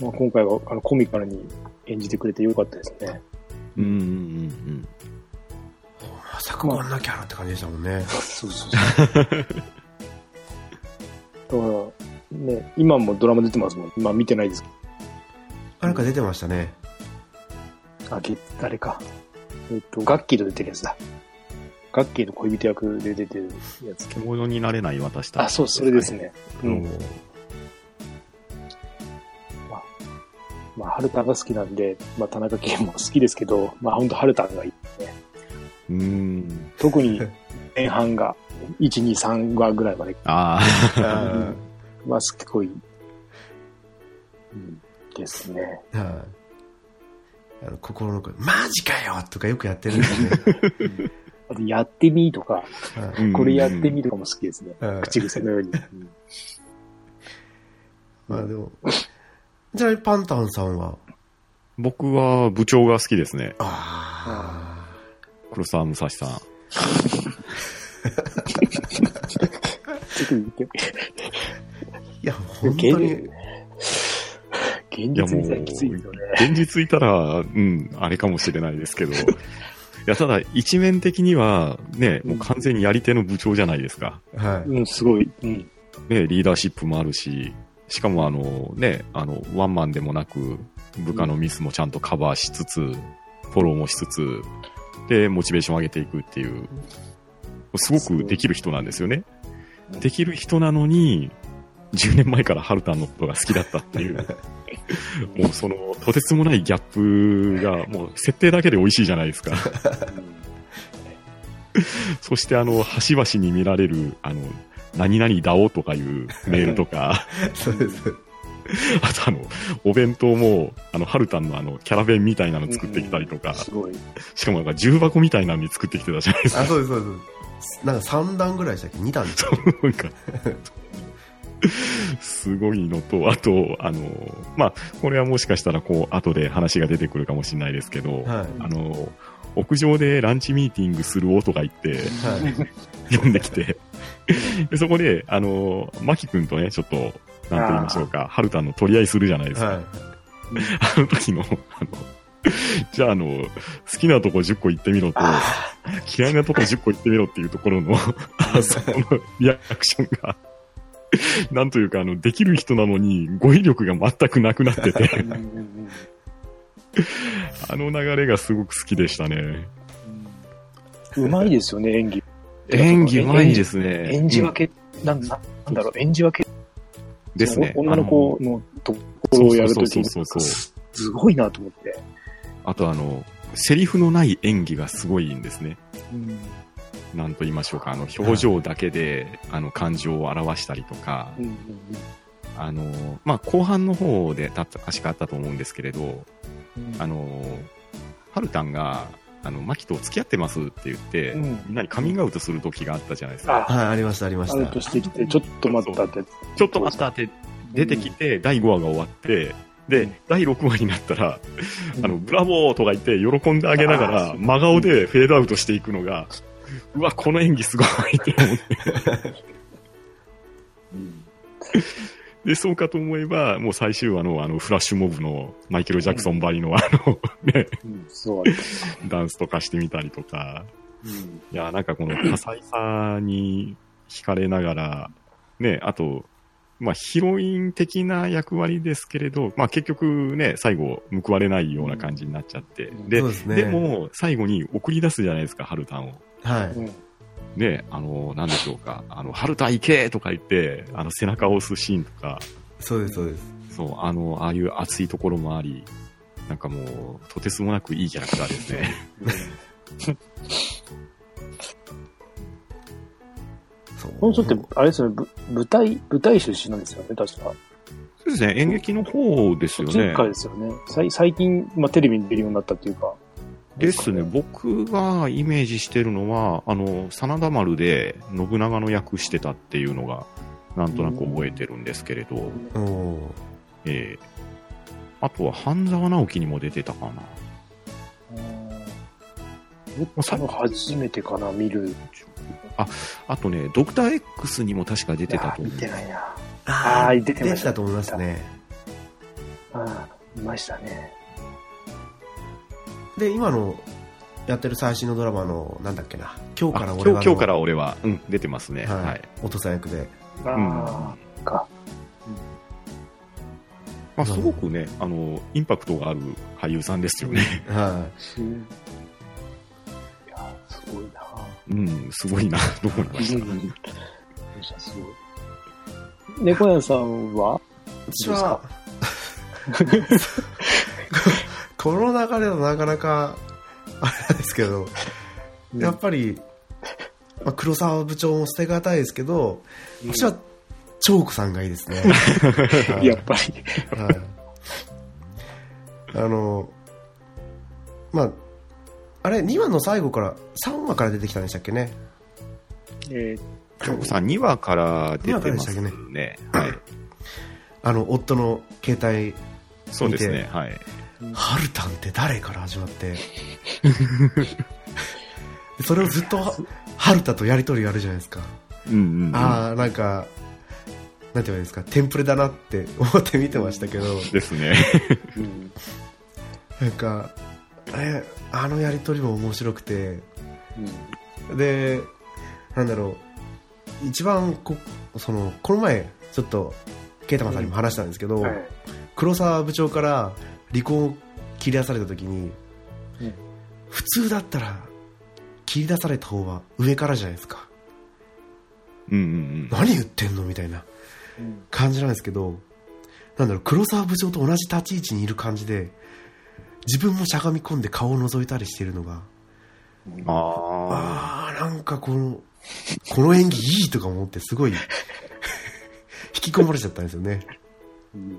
Speaker 2: まあ、今回は、あの、コミカルに演じてくれてよかったですね。
Speaker 3: うんうんうん
Speaker 1: まさかこんなキャラって感じでしたもんね。
Speaker 2: そうそうそう。だから、ね、今もドラマ出てますもん。まあ、見てないですけ
Speaker 1: あなんか出てましたね。
Speaker 2: ど。あ、げあれか。えっと、ガッキーと出てるやつだ。ガッキーの恋人役で出てるやつ。
Speaker 3: 獣になれない私たち。
Speaker 2: あ、そう、それです。ね。うん。
Speaker 1: おー
Speaker 2: まあ、ハルタンが好きなんで、まあ、田中圭も好きですけど、まあ、本当ハルタンがいい。
Speaker 3: うん。
Speaker 2: 特に 前半が、1、2、3話ぐらいまで、
Speaker 3: あ
Speaker 1: あ
Speaker 2: まあ、すっごい、うん、ですね。
Speaker 1: ーはいあの心の声、マジかよとかよくやってるんですね。
Speaker 2: あと、やってみとか、
Speaker 1: は
Speaker 3: あ。うん
Speaker 2: これやってみとかも好きですね。
Speaker 1: いはい
Speaker 2: 口癖のように。うん
Speaker 1: まあでも、じゃあパンタンさんは、
Speaker 3: 僕は部長が好きですね。
Speaker 1: あ
Speaker 3: 黒沢武蔵さん。
Speaker 2: ちょっと言って、
Speaker 1: あ、いや、本当に、
Speaker 2: 現実にさえきついですよね。
Speaker 3: 現実いたら、うん、あれかもしれないですけど。いや、ただ、一面的には、ね、もう完全にやり手の部長じゃないですか。
Speaker 1: は
Speaker 2: うん、すごい。うん。
Speaker 3: ね、リーダーシップもあるし、しかもあの、ね、あの、ワンマンでもなく、部下のミスもちゃんとカバーしつつ、フォローもしつつ、で、モチベーションを上げていくっていう、すごくできる人なんですよね。できる人なのに、10年前からハルタンのことが好きだったっていう、もうその、とてつもないギャップが、もう設定だけで美味しいじゃない ですか。そしてあの、端々に見られる、あの、何々だおとかいうメールとか、
Speaker 1: い。そうです。
Speaker 3: あとあの、お弁当も、あの、ハルタンのあの、キャラ弁みたいなの作ってきたりとか、
Speaker 2: すごい。
Speaker 3: しかもなんか重箱みたいなのに作ってきてたじ ゃないです
Speaker 1: あ、
Speaker 3: か。
Speaker 1: そうです、そうです。なんか3段ぐらいでしたっけ ?2 段でしたっ
Speaker 3: なんか、すごいのと、あと、あの、まあ、これはもしかしたらこう、後で話が出てくるかもしれないですけど、
Speaker 1: けはい。
Speaker 3: あの、屋上でランチミーティングするおとか言って、
Speaker 1: はい。
Speaker 3: 呼んできて、でそこで、あの、マキ君とね、ちょっと、 なんと言いましょうか、ハルタンの取り合いするじゃないですか。
Speaker 1: は
Speaker 3: あの時の、あの、じゃあ、あの、好きなとこ10個行ってみろと、嫌いなとこ10個行ってみろっていうとこ ろの、あそこのリアクションが、なんというか、あの、できる人なのに語彙力が全くなくなって て、
Speaker 2: うんうんうん
Speaker 3: あの流れがすごく好きでしたね。
Speaker 2: うまいですよね、演技。す。
Speaker 3: すね
Speaker 2: 演じ分け、なんなんなんだろう、演じ分け、
Speaker 3: ですね。
Speaker 2: 女の子のところをやるときに、
Speaker 3: そうそうそうそう
Speaker 2: すごいなと思って。
Speaker 3: あとあの、セリフのない演技がすごいんですね。なんと言いましょうか。あの、表情だけで、あの、感情を表したりとか、
Speaker 2: うんうん
Speaker 3: あの、まあ、後半の方でたった、確かあったと思うんですけれど、
Speaker 2: うん
Speaker 3: あの、ハルタンが、あの、マキと付き合ってますって言って、
Speaker 2: うん
Speaker 3: みんなにカミングアウトする時があったじゃないですか。
Speaker 2: あ、
Speaker 1: はい、ありました、ありま
Speaker 2: ア
Speaker 1: し
Speaker 2: ウト
Speaker 1: た。
Speaker 2: してきて、ちょっと待ったって。
Speaker 3: ちょっと待ったって出てきて、第5話が終わって、で、第6話になったら、あの、ブラボーとか言って喜んであげなが
Speaker 2: あ
Speaker 3: ら、
Speaker 2: ー
Speaker 3: 真顔でフェードアウトしていくのが、うわ、この演技すごいって思って。で、そうかと思えば、もう最終話のあの、フラッシュモブのマイケル・ジャクソンばりのあの、ね、
Speaker 2: うん、そうだね
Speaker 3: ダンスとかしてみたりとか、
Speaker 2: うん
Speaker 3: いや、なんかこの多彩さに惹かれながら、ね、あと、まあ、ヒロイン的な役割ですけれど、まあ、結局ね、最後、報われないような感じになっちゃって。
Speaker 2: うん
Speaker 3: で
Speaker 1: そう、ですね。
Speaker 3: で、も、最後に送り出すじゃないですか、ハルタンを。
Speaker 1: はい。
Speaker 2: うん
Speaker 3: ね、あの、なんでしょうか、あの、ハルタン行けとか言って、あの、背中を押すシーンとか、
Speaker 1: そうです、そうです。
Speaker 3: そう、あの、ああいう熱いところもあり、なんかもう、とてつもなくいいキャラクターですね。
Speaker 1: そう
Speaker 2: この人って、あれですよね、ぶ舞台、舞台出身なんですよね、確か。
Speaker 3: そうですね、演劇の方で
Speaker 2: そ
Speaker 3: す
Speaker 2: っち一回ですよね。さい最近、まあ、テレビに出るようになったっていうか。
Speaker 3: ですね、僕がイメージしてるのは、あの、真田丸で信長の役してたっていうのが、なんとなく覚えてるんですけれど、
Speaker 1: おー
Speaker 3: ええあとは半沢直樹にも出てたかな。
Speaker 2: うん僕も初めてかな、見る。
Speaker 3: あとね、ドクター X にも確か出てた
Speaker 2: あ
Speaker 3: と
Speaker 2: ー見
Speaker 3: 思う。
Speaker 2: てないな。
Speaker 1: あ
Speaker 2: あ
Speaker 1: あ、
Speaker 2: ー
Speaker 1: 出
Speaker 2: 出てました
Speaker 1: てたと思いますね。
Speaker 2: あー見ましたね。
Speaker 1: で、今のやってる最新のドラマの、なんだっけな、今日
Speaker 3: あ
Speaker 1: から
Speaker 3: 今
Speaker 1: 俺は
Speaker 3: 日
Speaker 1: の。
Speaker 3: 今日から俺は、うん、出てますね。
Speaker 1: はい、
Speaker 3: はい。
Speaker 1: お父さん役で。
Speaker 2: ああ、か。
Speaker 3: まあ、すごくね、あの、インパクトがある俳優さんですよね。
Speaker 1: はい。
Speaker 2: や、すごいな。
Speaker 3: うん、すごいな、と思いました。
Speaker 2: すごい。猫屋さんはい
Speaker 1: 私は、この流れだとなかなか、あれなんですけど、やっぱり、まあ、黒沢部長も捨てがたいですけど、私は、チョークさんがいいですね。はい
Speaker 2: やっぱり。
Speaker 1: はい、あの、まあ、あれ、2話の最後から、3話から出てきたんでしたっけね。
Speaker 2: え
Speaker 3: 京子さん、2話から出てます
Speaker 1: 二話からで
Speaker 3: ね。はい。
Speaker 1: あの、夫の携帯、
Speaker 3: そうです
Speaker 1: 見
Speaker 3: ね
Speaker 1: て。
Speaker 3: はい。
Speaker 1: ハルタンって誰から始まって。でそれをずっと、はハルタとやりとりやるじゃないですか。
Speaker 3: うんうんうん。
Speaker 1: ああ、なんか、なんて言えばいいんですか、テンプレだなって 思って見てましたけど、
Speaker 3: ですね。
Speaker 2: うん
Speaker 1: なんか、え、あのやりとりも面白くて、
Speaker 2: う
Speaker 1: で、なんだろう、一番こ、その、この前、ちょっと、ケイタマさんにも話したんですけど、
Speaker 2: んはい
Speaker 1: 黒沢部長から離婚を切り出された時に、
Speaker 2: うん
Speaker 1: 普通だったら、切り出された方は上からじゃないですか。
Speaker 3: うんうん
Speaker 1: 何言ってんのみたいな
Speaker 2: うん
Speaker 1: 感じなんですけど、なんだろう、黒沢部長と同じ立ち位置にいる感じで、自分もしゃがみ込んで顔を覗いたりしてるのが、
Speaker 3: うん。ああ。
Speaker 1: あーなんかこの、この演技いいとか思って、すごい、 引き込まれちゃったんですよね。
Speaker 2: うん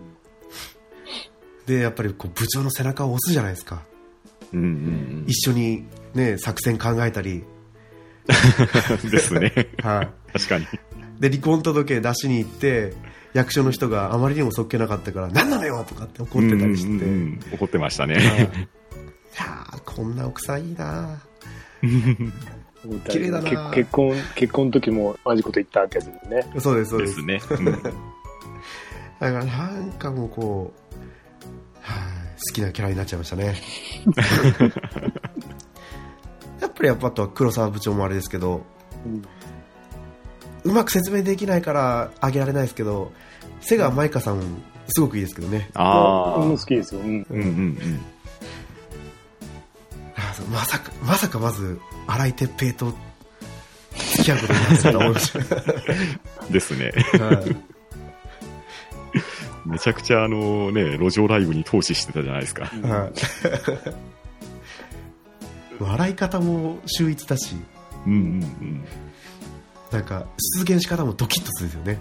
Speaker 1: で、やっぱりこう部長の背中を押すじゃないですか。
Speaker 3: うんうん
Speaker 1: 一緒にね、作戦考えたり。
Speaker 3: うん。ですね。
Speaker 1: はい。
Speaker 3: 確かに。
Speaker 1: で、離婚届出しに行って、役所の人があまりにもそっけなかったから、なんなのよとかって怒ってたりして。
Speaker 3: うんうんうん怒ってました
Speaker 1: はい
Speaker 3: ね。
Speaker 1: いやーこんな奥さんいいな綺麗だな
Speaker 2: 結結婚、結婚の時も同じこと言ったってやつですね。
Speaker 1: ーそうです、そう
Speaker 3: で
Speaker 1: です
Speaker 3: す。ね。うん
Speaker 1: だからなんかもうこう、はい。好きなキャラになっちゃいましたねやっぱりやっぱあとは黒沢部長もあれですけど
Speaker 2: うん
Speaker 1: うまく説明できないからあげられないですけど瀬川舞香さんすごくいいですけどね
Speaker 3: ああ。
Speaker 2: 僕
Speaker 3: う
Speaker 2: も
Speaker 3: ん
Speaker 2: 好きですよ。うん。
Speaker 3: うんうん。
Speaker 1: あそうまさかまさかまず新井哲平と付き合うことになるとは思いまし
Speaker 3: ですね。
Speaker 1: た、はい
Speaker 3: めちゃくちゃあのね、路上ライブに投資してたじゃないですか。
Speaker 1: はい笑い方も秀逸だし
Speaker 3: うんうんうん。
Speaker 1: なんか出現し方もドキッとするんで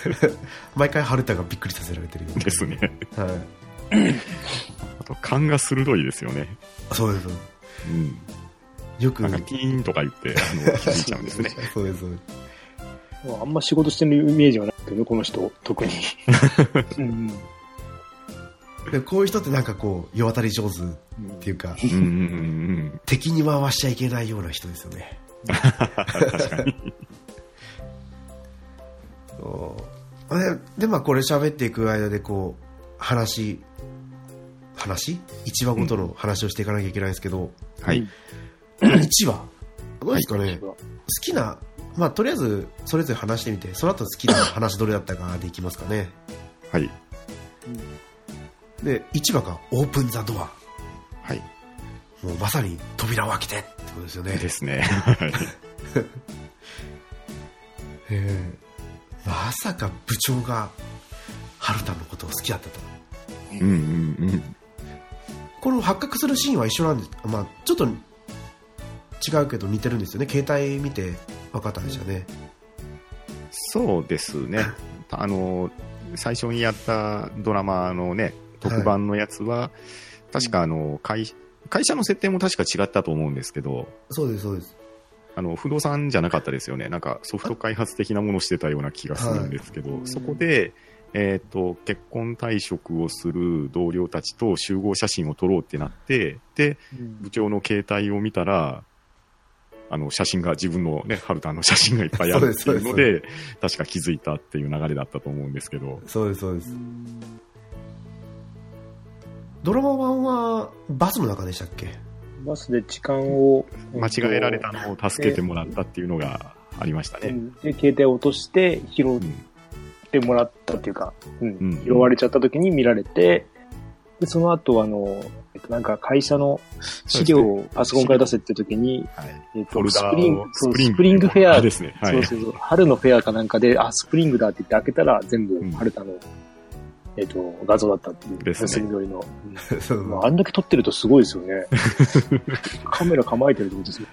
Speaker 1: すよね 毎回春田がびっくりさせられてるよう
Speaker 3: ですね。
Speaker 1: な、はい、
Speaker 3: あと、勘が鋭いですよね。
Speaker 1: そうですそうで
Speaker 3: うん。
Speaker 1: すよく
Speaker 3: なんか、ピーンとか言って、あ の、気づいちゃうんですね。
Speaker 1: そうですそうで
Speaker 2: あんま仕事してるイメージはないけどね、この人、特 に。うん。
Speaker 1: すでこういう人ってなんかこう世渡り上手っていうか
Speaker 3: うんうんうん
Speaker 1: 敵に回しちゃいけないような人ですよね確かにででまあこれ喋っていく間でこう話話一話ごとの話をしていかなきゃいけないんですけど、
Speaker 3: うん。 はい。
Speaker 1: 一話どうですかね、好きなまあとりあえずそれぞれ話してみてその後好きな話どれだったかでいきますかね
Speaker 3: はい。
Speaker 1: で一話が「オープン・ザ・ドア
Speaker 3: はい。」
Speaker 1: もうまさに扉を開けてってことですよね
Speaker 3: です ね。はい。
Speaker 1: えーまさか部長が春田のことを好きだったと
Speaker 3: うんうんうん。
Speaker 1: この発覚するシーンは一緒なんです、まあ、ちょっと違うけど似てるんですよね携帯見て分かったんでしたね、
Speaker 3: そうですね。あの、最初にやったドラマのね、特番のやつは、確かあの、会、会社の設定も確か違ったと思うんですけど、
Speaker 1: そうですそうです
Speaker 3: あの、不動産じゃなかったですよね。なんかソフト開発的なものをしてたような気がするんですけど、
Speaker 2: はい
Speaker 3: そこで、えっ、と、結婚退職をする同僚たちと集合写真を撮ろうってなって、で、
Speaker 2: うん
Speaker 3: 部長の携帯を見たら、あの、写真が、自分のね、ハルタンの写真がいっぱいあるっていう
Speaker 1: そうですそ
Speaker 3: の
Speaker 1: うで
Speaker 3: で、確か気づいたっていう流れだったと思うんですけど、
Speaker 1: そうですそうですドラマ版はバスの中でしたっけ
Speaker 2: バスで時間を。
Speaker 3: 間違えられたのを助けてもらったっていうのがありました
Speaker 2: う
Speaker 3: ね。
Speaker 2: んで、携帯を落として拾
Speaker 3: う
Speaker 2: っ
Speaker 3: ん。
Speaker 2: てもらったっていうか、うん
Speaker 3: うん
Speaker 2: 拾われちゃった時に見られて、で、その後、あの、えっと、なんか会社の資料をパソコンから出せって時に、
Speaker 3: はい。
Speaker 2: えっ
Speaker 3: フォ
Speaker 2: と、
Speaker 3: ル
Speaker 2: ス
Speaker 3: ダ
Speaker 2: プリン
Speaker 3: ー
Speaker 2: グ
Speaker 3: を、
Speaker 2: そうスプリングフェア
Speaker 3: あですね。はい。
Speaker 2: そうそうそう。春のフェアかなんかで、あ、スプリングだって言って開けたら全部
Speaker 3: うん
Speaker 2: 春田の、えっ、と、画像だったっていう。
Speaker 3: ですね
Speaker 2: 盗み撮りの。
Speaker 1: そう
Speaker 2: うんまああんだけ撮ってるとすごいですよ ね。カメラ構えてるってことですよ。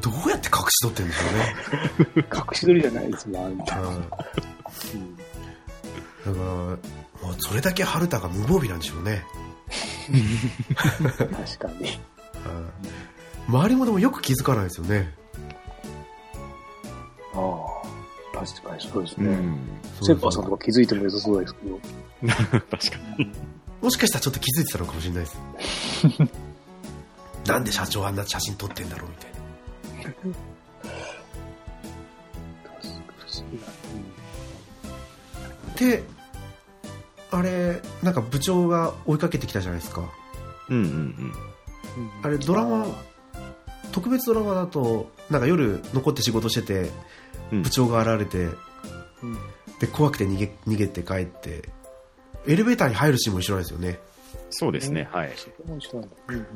Speaker 1: どうやって隠し撮ってるんでしょうね
Speaker 2: 隠し撮りじゃないですよ、あん た。
Speaker 1: うん
Speaker 2: うん
Speaker 1: だからもうそれだけ春田が無防備なんでしょうね
Speaker 2: 確かに。
Speaker 1: うん周りもでもよく気づかないですよね
Speaker 2: ああ、確かにそうです
Speaker 3: う
Speaker 2: ね。
Speaker 3: ん。
Speaker 2: セッパーさんとか気づいても良さそうですけど。
Speaker 3: 確か
Speaker 1: もしかしたらちょっと気づいてたのかもしれないですなんで社長あんな写真撮ってんだろうみたいな
Speaker 2: 確かに
Speaker 1: であれなんか部長が追いかけてきたじゃないですか
Speaker 3: に。うんうん
Speaker 2: うん
Speaker 1: あれドラマ特別ドラマだとなんか夜残って仕事してて
Speaker 3: うん
Speaker 1: 部長が現れて、
Speaker 2: うん
Speaker 1: で怖くて逃げ逃げて帰ってエレベーターに入るシーンも一緒なんですよね
Speaker 3: うん。そうですね。はい。
Speaker 2: そこも一緒なんだ。うん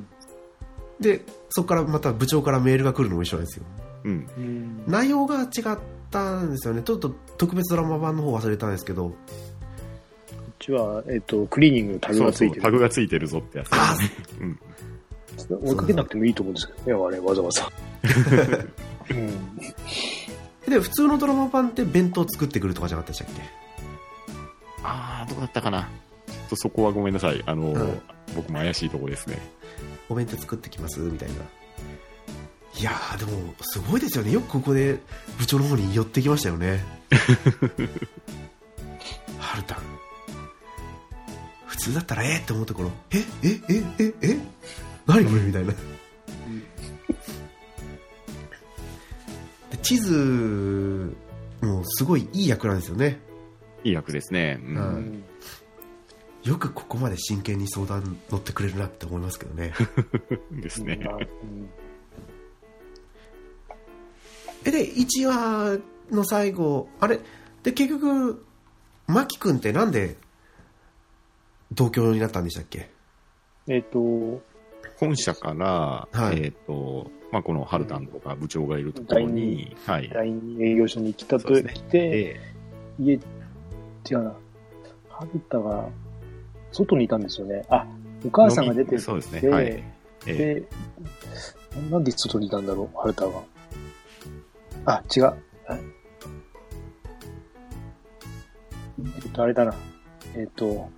Speaker 1: でそこからまた部長からメールが来るのも一緒なんですよ
Speaker 3: うん。
Speaker 2: うん
Speaker 1: 内容が違ったんですよねちょっと特別ドラマ版の方忘れたんですけど
Speaker 2: こっちは、えっ、と、クリーニングのタグ
Speaker 3: そ
Speaker 2: が
Speaker 3: う
Speaker 2: つ
Speaker 3: そ。
Speaker 2: いうて
Speaker 3: タ
Speaker 2: る。
Speaker 3: グがついてるぞってやつ。
Speaker 1: あ
Speaker 3: うん。
Speaker 2: 追いかけなくてもいいと思うんですけどね、あれ、わざわ ざ。うん
Speaker 1: で普通のドラマ版って弁当作ってくるとかじゃなかったでしたっ
Speaker 3: ああ、どうだったかな。ちょっとそこはごめんなさい。あの、
Speaker 1: うん
Speaker 3: 僕も怪しいとこですね。
Speaker 1: けお弁当作ってきますみたいないやーでもすごいですよねよくここで部長の方に寄ってきましたよねはるたん普通だったらええって思うところええええええ何これみたいなで地図もすごいいい役なんですよね
Speaker 3: いい役ですね。うん
Speaker 1: う
Speaker 2: うんん
Speaker 1: よくここまで真剣に相談乗ってくれるなって思いますけどね。
Speaker 3: ですね。
Speaker 2: うん
Speaker 1: え、で、1話の最後、あれ、で、結局、マキ君ってなんで、同居になったんでしたっけ
Speaker 2: えっ、と、
Speaker 3: 本社から、
Speaker 1: はい
Speaker 3: えっ、と、まあ、このハルタンとか部長がいるところに、はい。
Speaker 2: 第二営業所に来た
Speaker 3: そう
Speaker 2: と、
Speaker 3: です
Speaker 2: 来て、
Speaker 3: で、
Speaker 2: 家、違うな。はるたが、外にいたんですよね。あ、お母さんが出て
Speaker 3: 飲みそうですね。
Speaker 2: で
Speaker 3: はい。え
Speaker 2: で、なんで外にいたんだろう、はるたが。あ、違う。ええっと、あれだな。えっと、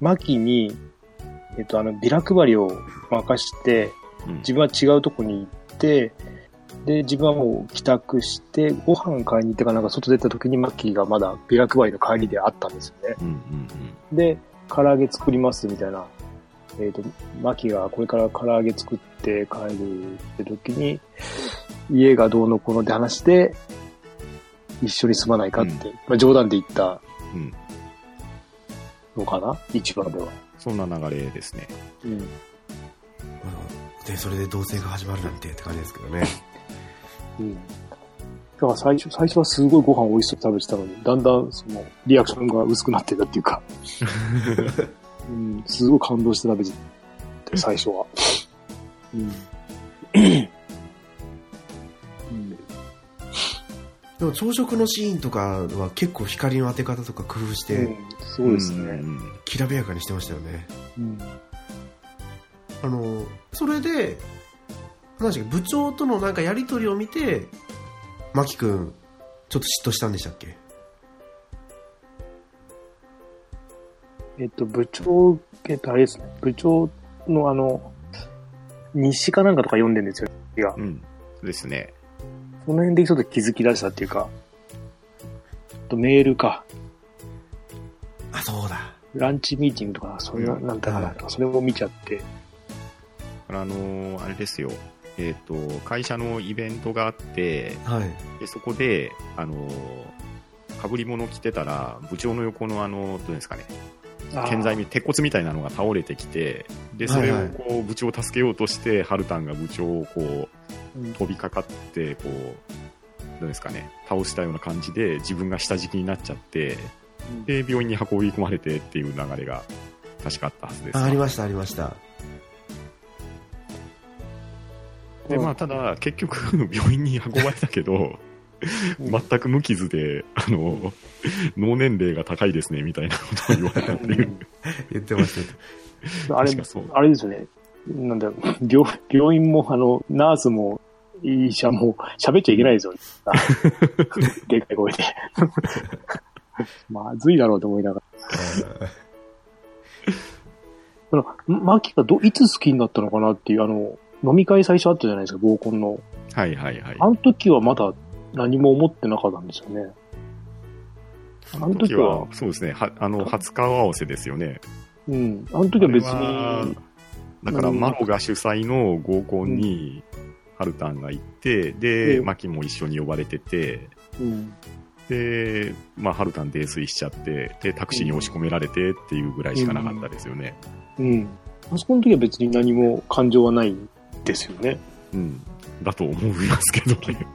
Speaker 2: マキに、えっと、あの、ビラ配りを任して、
Speaker 3: ーうん
Speaker 2: 自分は違うとこに行って、で、自分はもう帰宅して、ご飯買いに行ってかなんか外出た時にマッキーがまだビラ配りの帰りであったんですよね。
Speaker 3: うんうん
Speaker 2: で、唐揚げ作りますみたいな。えっ、と、マキがこれから唐揚げ作って帰るって時に、家がどうのこうのって話で、一緒に住まないかって、
Speaker 3: うん
Speaker 2: まあ冗談で言った
Speaker 3: うん
Speaker 2: のかな一番では。
Speaker 3: そんな流れですね。
Speaker 2: うん。
Speaker 1: うんで、それで同棲が始まるなんてって感じですけどね。
Speaker 2: うん。だから最初、最初はすごいご飯美味しそうに食べてたのに、だんだんそのリアクションが薄くなってたっていう か、うん、すごい感動して食べてた、最初は。うん。う ん、
Speaker 1: でも朝食のシーンとかは結構光の当て方とか工夫し
Speaker 2: う
Speaker 1: て、
Speaker 2: んそうですね。
Speaker 3: ん
Speaker 1: きらびやかにしてましたよね。
Speaker 2: うん。
Speaker 1: あの、それで、何でしたっけ、部長とのなんかやりとりを見て、マキ君、ちょっと嫉妬したんでしたっけ
Speaker 2: えっと、部長、えっと、あれですね。部長のあの、日誌かなんかとか読んでんですよ。いや
Speaker 3: う、ん。うん。ですね。
Speaker 2: その辺でちょっと気づき出したっていうか、あとメールか。
Speaker 1: あ、そうだ。
Speaker 2: ランチミーティングとか、そんな、
Speaker 3: うん
Speaker 2: なんだか
Speaker 1: は
Speaker 2: な、それも見ちゃって。
Speaker 3: これあのーあれですよ。えっ、と、会社のイベントがあって、
Speaker 1: はい。
Speaker 3: でそこで、あのかぶり物着てたら、部長の横のあの、どうですかね、建材み、鉄骨みたいなのが倒れてきて、で、それ
Speaker 1: はい
Speaker 3: を
Speaker 1: はい
Speaker 3: こう、部長を助けようとして、ハルタンが部長をこう、
Speaker 2: うん
Speaker 3: 飛びかかって、こう、どうですかね、倒したような感じで、自分が下敷きになっちゃって、で、病院に運び込まれてっていう流れが、確かあったはずです。
Speaker 1: あありました、ありました。
Speaker 3: で、まあ、ただ、結局、 病院に運ばれたけど、
Speaker 2: うん
Speaker 3: 全く無傷で、あの、脳年齢が高いですね、みたいなことを言われたっていうう。
Speaker 2: ん
Speaker 1: 言ってましたよ。
Speaker 2: あれ
Speaker 3: 確かそう、
Speaker 2: あれですよね。なんだろう、病病院も、あの、ナースも、医者も、喋っちゃいけないで すよね。でかい声で。まずいだろうと思いながら。 その、マキがど、いつ好きになったのかなっていう、あの、飲み会最初あったじゃないですか、合コンの。
Speaker 3: はいはいはい。
Speaker 2: あの時はまだ何も思ってなかったんですよね。あの時は、、
Speaker 3: そうですね、はあの、初顔合わせですよね。
Speaker 2: うん、あの時は別
Speaker 3: これは
Speaker 2: に、
Speaker 3: だから、
Speaker 2: うん
Speaker 3: マロが主催の合コンに、ハルタンが行って、で、
Speaker 2: うん
Speaker 3: マキも一緒に呼ばれてて、
Speaker 2: うん、
Speaker 3: で、まあ、ハルタン泥酔しちゃって、で、タクシーに押し込められてっていうぐらいしかなかったですよね。
Speaker 2: うん。あそこの時は別に何も感情はないですよね。
Speaker 3: うん。だと思いますけど ね。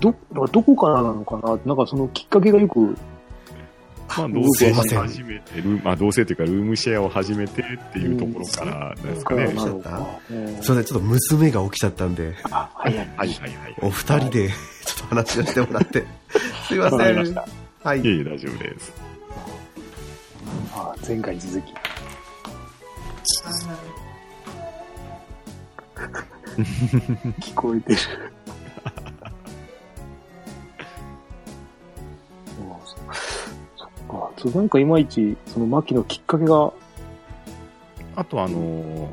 Speaker 2: ど、どこからなのかななんかそのきっかけがよく、
Speaker 3: まあ、同
Speaker 2: 僕
Speaker 3: 棲
Speaker 2: は
Speaker 3: し始めて、ルーまあ、同棲というか、ルームシェアを始めてっていうところからですかね。
Speaker 1: うん
Speaker 2: な
Speaker 1: そ
Speaker 2: の
Speaker 1: う
Speaker 2: か
Speaker 1: か。
Speaker 2: うん
Speaker 1: すいません、ちょっと娘が起きちゃったん で、
Speaker 2: あ、はいはい。
Speaker 3: はいはいはい。
Speaker 1: お二人でちょっと話をしてもら って。すいませ
Speaker 2: わかりまし
Speaker 1: ん。
Speaker 2: た。
Speaker 1: はい。
Speaker 3: いえいえ、大丈夫です。
Speaker 2: あ前回に続 き。聞こえて る。あそそっか。そうなんかいまいち、その牧のきっかけが、
Speaker 3: あと、あのー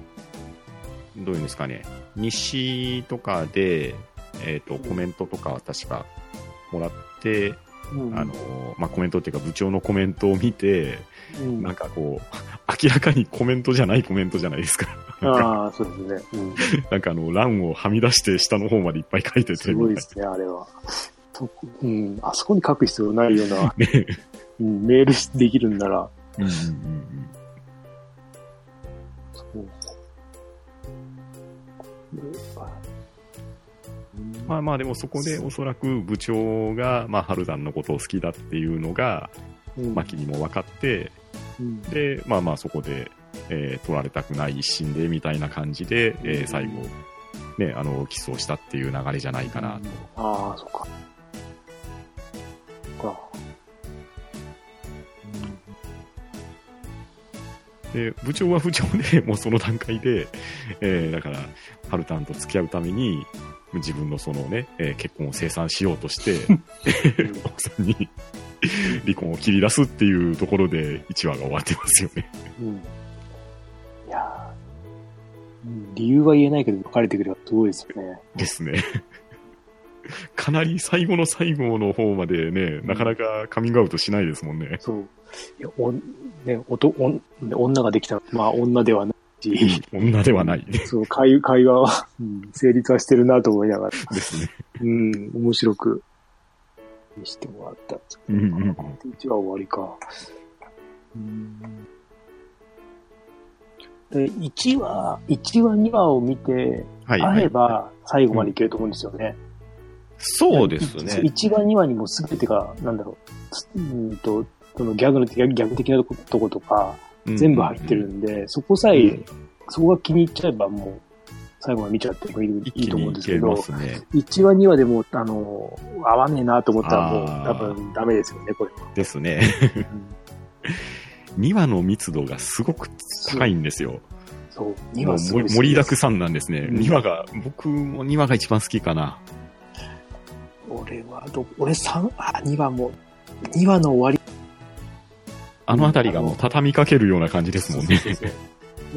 Speaker 3: どういうんですかね、日誌とかで、えっ、と、コメントとか確かもらって、
Speaker 2: うん
Speaker 3: あのーまあ、コメントっていうか、部長のコメントを見て、
Speaker 2: うん
Speaker 3: なんかこう、明らかにコメントじゃないコメントじゃないですか。
Speaker 2: ああ、そうですね。うん
Speaker 3: なんかあの、欄をはみ出して下の方までいっぱい書いてて
Speaker 2: す
Speaker 3: み
Speaker 2: ご
Speaker 3: た
Speaker 2: い
Speaker 3: い
Speaker 2: で
Speaker 3: な、
Speaker 2: すね、あれは。とうん、あそこに書く必要ないような、
Speaker 3: ね。
Speaker 2: うんメールできるんなら、
Speaker 3: うんうんうんうんまあまあ、でもそこでおそらく部長が、まあ、春山のことを好きだっていうのが、
Speaker 2: うん
Speaker 3: まあ、君も分かって、
Speaker 2: うん
Speaker 3: で、まあまあ、そこで、えー取られたくない一心で、みたいな感じで、えー最後、ね、あの、キスをしたっていう流れじゃないかなと。
Speaker 2: ああ、そっか。そっか。
Speaker 3: で、部長は部長で、もうその段階で、えーだから、ハルタンと付き合うために、自分のそのね、えー結婚を清算しよう として、奥さんに離婚を切り出すっていうところで1話が終わってますよね。
Speaker 2: うん。いやーうん理由は言えないけど、別れてくればすごいですよね。
Speaker 3: ですね。かなり最後の最後の方までね、なかなかカミングアウトしないですもんね。
Speaker 2: そう。いや、おんね、おとおん女ができたら、まあ、女ではないし、
Speaker 3: 女ではない。
Speaker 2: そう、会会話は、うん成立はしてるなと思いながら、
Speaker 3: ですね。
Speaker 2: うん、面白く見せてもらったんですけど。
Speaker 3: うんうんうん
Speaker 2: 1話終わりか。うんで1話、1話、2話を見て、
Speaker 3: はい、
Speaker 2: あ
Speaker 3: は
Speaker 2: れ
Speaker 3: い。
Speaker 2: ば最後までいけると思うんですよね。
Speaker 4: そうですね。
Speaker 2: 1話、2話にも全てが、なんだろう、つうーんと、そのギャグのギャグギャグ的なとことことか、全部入ってるんで、そこさえ、
Speaker 4: うん
Speaker 2: そこが気に入っちゃえばもう、最後まで見ちゃってもいい
Speaker 3: 一
Speaker 2: いい
Speaker 3: 気
Speaker 2: と思うん
Speaker 3: にい
Speaker 2: です
Speaker 3: け
Speaker 2: けど
Speaker 3: ま、すね。
Speaker 2: 1話、2話でも、あの、合わねえなと思ったらもう、多
Speaker 3: あー
Speaker 2: 分ダメですよね、これ。
Speaker 3: ですね。2話の密度がすごく高いんですよ。
Speaker 2: そう、2
Speaker 3: もう
Speaker 2: 話すごい好き
Speaker 3: 盛
Speaker 2: です
Speaker 3: 盛りだくさんなんですね。
Speaker 2: うん
Speaker 3: 2話が、僕も2話が一番好きかな。
Speaker 2: 俺はど、俺3、あ、2話も、2話の終わり
Speaker 3: あのあたりがもう畳みかけるような感じですもんね。
Speaker 2: そうそうそう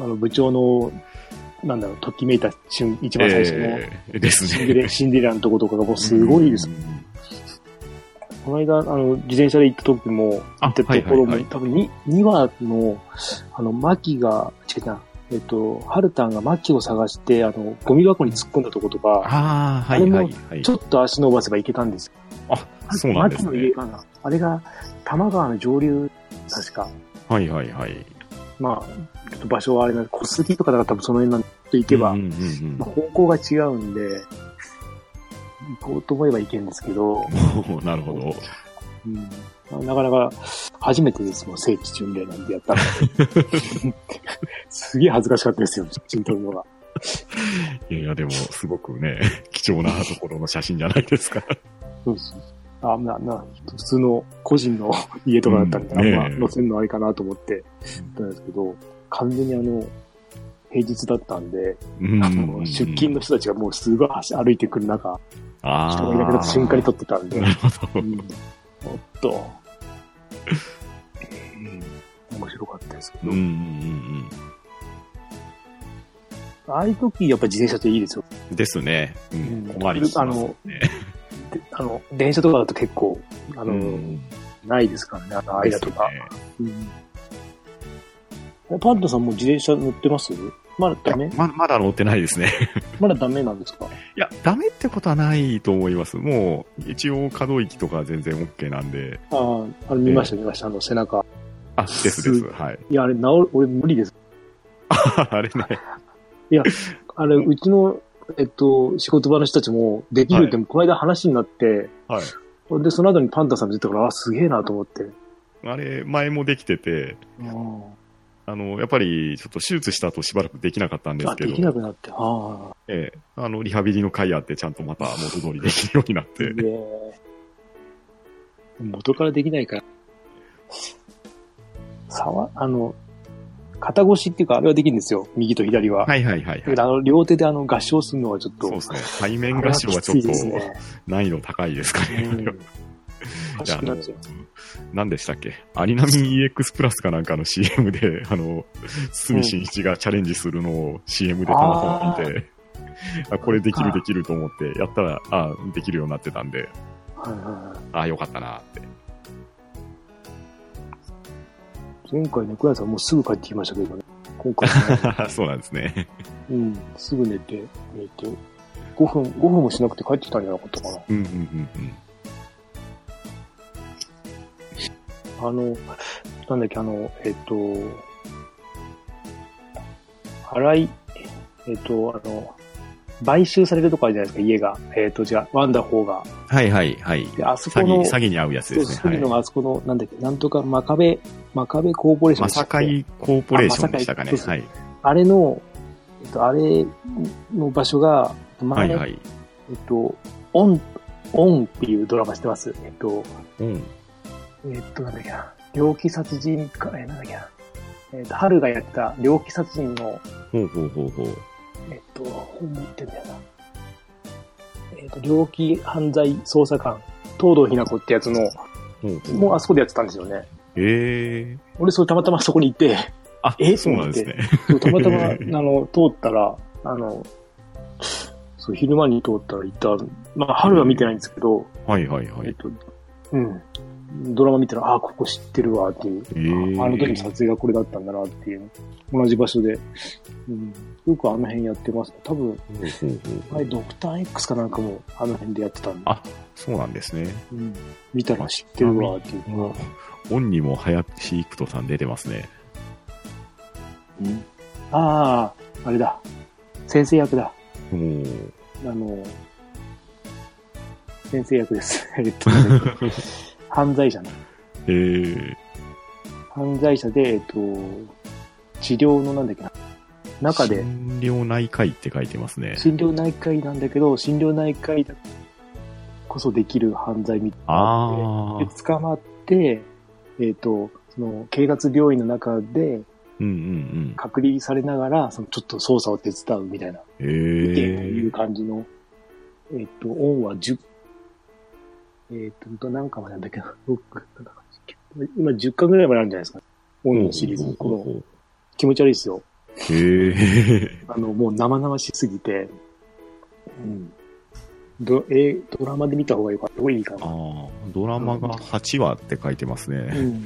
Speaker 2: あの部長の、なんだろう、ときめいた瞬、一番最初の、
Speaker 3: えーです
Speaker 2: シンデ
Speaker 3: ね。
Speaker 2: レシンデレラのとことかがもうすごいです。
Speaker 3: うん
Speaker 2: この間、あの、自転車で行った時も、行
Speaker 3: あ
Speaker 2: ったところも、
Speaker 3: はいはいはい
Speaker 2: 多分に2話の、あの、マキが、違うな、えっと、ハルタンがマキを探して、あの、ゴミ箱に突っ込んだとことか、
Speaker 3: ああ、はいはいはい
Speaker 2: ち。ょっと足伸ばせば行けたんですよ。
Speaker 3: あ、そうなんです
Speaker 2: マキの家
Speaker 3: ね。
Speaker 2: かな。あれが、多摩川の上流、確か。
Speaker 3: はいはいはい。
Speaker 2: まあ、ちょっと場所はあれなんで、小杉とかだから多分その辺なんで、ちょっと行けば、
Speaker 3: うんうんうん
Speaker 2: まあ方向が違うんで、行こうと思えば行けんですけど、
Speaker 3: うん なるほど。
Speaker 2: うん、なかなか初めてですもん、聖地巡礼なんてや ったの。すげえ恥ずかしかったですよ、写真撮るのが。
Speaker 3: いやいや、でも、すごくね、貴重なところの写真じゃないですか。
Speaker 2: そうそうあなな普通の個人の家とかだったんで、
Speaker 3: うんねえ
Speaker 2: あんま載せるのあれかなと思って行ったんですけど、完全にあの、平日だったんで、
Speaker 3: うん
Speaker 2: あの出勤の人たちがもうすごい走歩いてくる中、人がいなくなった瞬間に撮ってたんで、
Speaker 3: なるほど
Speaker 2: う。んおっと、うん面白かったですけ
Speaker 3: うん
Speaker 2: ど、
Speaker 3: うんうん
Speaker 2: ああいう時やっぱ自転車っていいですよ。
Speaker 3: うんですね。うん
Speaker 2: うん
Speaker 3: 小回りしますね。
Speaker 2: であの、電車とかだと結構、あの、
Speaker 3: うん
Speaker 2: ないですからね、あの間とか。
Speaker 3: ですね
Speaker 2: うんパンタさんも自転車乗ってますまだダメ
Speaker 3: ままだ乗ってないですね。
Speaker 2: まだダメなんですか
Speaker 3: いや、ダメってことはないと思います。もう、一応可動域とか全然 OK なんで。
Speaker 2: ああ、あれ見ました、見ました、あの背中。
Speaker 3: あ、ですです。はい。
Speaker 2: いや、あれ治る、俺無理です。
Speaker 3: あれね。
Speaker 2: あれ、うちの、えっと、仕事場の人たちも、できるって、この間話になって、
Speaker 3: はい。
Speaker 2: で、その後にパンタさん見てたから、あ、すげえなと思って。
Speaker 3: あれ、前もできてて、あの、やっぱり、ちょっと手術した後しばらくできなかったんです
Speaker 2: あ、
Speaker 3: け
Speaker 2: で
Speaker 3: ど
Speaker 2: き、なくなって、ああ。
Speaker 3: ええ、あの、リハビリの会あって、ちゃんとまた元通りできるようになって、
Speaker 2: ねえ元からできないから。さわ、あの、肩越しっていうか、あれはできるんですよ。右と左は。
Speaker 3: はいはい
Speaker 2: だ
Speaker 3: はい、はい
Speaker 2: け。どあの両手であの合掌するのはちょっと。
Speaker 3: そうですね。背面合唱はちょっと難易度高いですか
Speaker 2: あれはきついですね。
Speaker 3: ね。
Speaker 2: うん。おか
Speaker 3: じ
Speaker 2: し
Speaker 3: ゃあ、あ
Speaker 2: くなっ
Speaker 3: の
Speaker 2: ちゃう。、
Speaker 3: 何でしたっけアリナミン EX プラスかなんかの CM で、 あの、堤真一がチャレンジするのを CM でたまたま見て、あこれできるできると思って、やったら、あできるようになってたんで、
Speaker 2: はいはいはい
Speaker 3: あよかったなって。
Speaker 2: 前回ね、クラさんもうすぐ帰ってきましたけどね。今回は、
Speaker 3: そうなんですね。
Speaker 2: うん、すぐ寝て、寝て、5分、5分もしなくて帰ってきたんじゃなかったかな。
Speaker 3: うんうんうんうん。
Speaker 2: あの、なんだっけ、あの、えっと、新井、えっと、あの、買収されるとこあるじゃないですか、家が。えっ、と、じゃあ、ワンダホーが。
Speaker 3: はいはいはい。
Speaker 2: で、あそ
Speaker 3: 詐
Speaker 2: こ
Speaker 3: 欺
Speaker 2: の、
Speaker 3: 詐欺に合うや
Speaker 2: そ
Speaker 3: つ
Speaker 2: う
Speaker 3: です
Speaker 2: そう
Speaker 3: ね。
Speaker 2: いうの
Speaker 3: は
Speaker 2: があそこの、なんだっけ、なんとか真壁、真壁コーポレー
Speaker 3: い。
Speaker 2: ション
Speaker 3: ま
Speaker 2: でした
Speaker 3: さ
Speaker 2: っけ
Speaker 3: かいコーポレーションでしたか
Speaker 2: あ
Speaker 3: ね。
Speaker 2: まさか
Speaker 3: はい。
Speaker 2: あれの、えっと、あれの場所が、
Speaker 3: は
Speaker 2: 前、
Speaker 3: いはい。
Speaker 2: えっと、オン、オンっていうドラマしてます。えっと、
Speaker 3: うん。
Speaker 2: えっと、なんだっけな、猟奇殺人か、え、なんだっけな、えっと、春がやった猟奇殺人の、
Speaker 3: ほうほうほうほう。
Speaker 2: えっと、本持ってんだよな。えっと、猟奇犯罪捜査官、東堂ひな子ってやつの、
Speaker 3: ほうほう
Speaker 2: もうあそこでやってたんですよね。
Speaker 3: ええ
Speaker 2: 俺、それたまたまそこに行 って、
Speaker 3: あ、
Speaker 2: え
Speaker 3: そうなんですね。
Speaker 2: そうたまたま、あの、通ったら、あの、そう、昼間に通ったら行った、まあ、春は見てないんですけど、
Speaker 3: はいはいは
Speaker 2: えっ
Speaker 3: い。
Speaker 2: と、うん、ドラマ見たら、ああ、ここ知ってるわ、っていう。
Speaker 3: えー
Speaker 2: あの時の撮影がこれだったんだな、っていう。同じ場所で。うん、よくあの辺やってます。多分、
Speaker 3: ほうほうほう
Speaker 2: 前ドクター X かなんかもあの辺でやってたんで、
Speaker 3: あそうなんですね。
Speaker 2: うん、見たら知ってるわ、っていう。
Speaker 3: もう、オンにも林幾人さん出てますね。
Speaker 2: うんああ、あれだ。先生役だ。
Speaker 3: もう、
Speaker 2: あの、先生役です。 えっと、なんだっけ犯罪者の。
Speaker 3: えー、
Speaker 2: 犯罪者で、えっと、治療のなんだっけな。中で、
Speaker 3: 診療内科医って書いてますね。
Speaker 2: 診療内科医なんだけど、診療内科医だこそできる犯罪みたいな
Speaker 3: あ
Speaker 2: の
Speaker 3: あ
Speaker 2: で。、で捕まって、えっと、その、警察病院の中で
Speaker 3: うんうん
Speaker 2: 隔離されながら、その、ちょっと捜査を手伝うみたいな、
Speaker 3: うん。え
Speaker 2: 意見とい
Speaker 3: ー
Speaker 2: う、感じの、えっと、オンは10、えっと、何巻までなんだっけな、6、7、8、9今10巻ぐらいまであるんじゃないですか。オンのシリーズ。この、
Speaker 3: の。
Speaker 2: 気持ち悪いですよ。
Speaker 3: えー、
Speaker 2: あの、もう生々しすぎて、うん。ど、えードラマで見た方がよかった。いいかな。
Speaker 3: ああ、ドラマが8話って書いてます
Speaker 2: う
Speaker 3: ね。
Speaker 2: ん。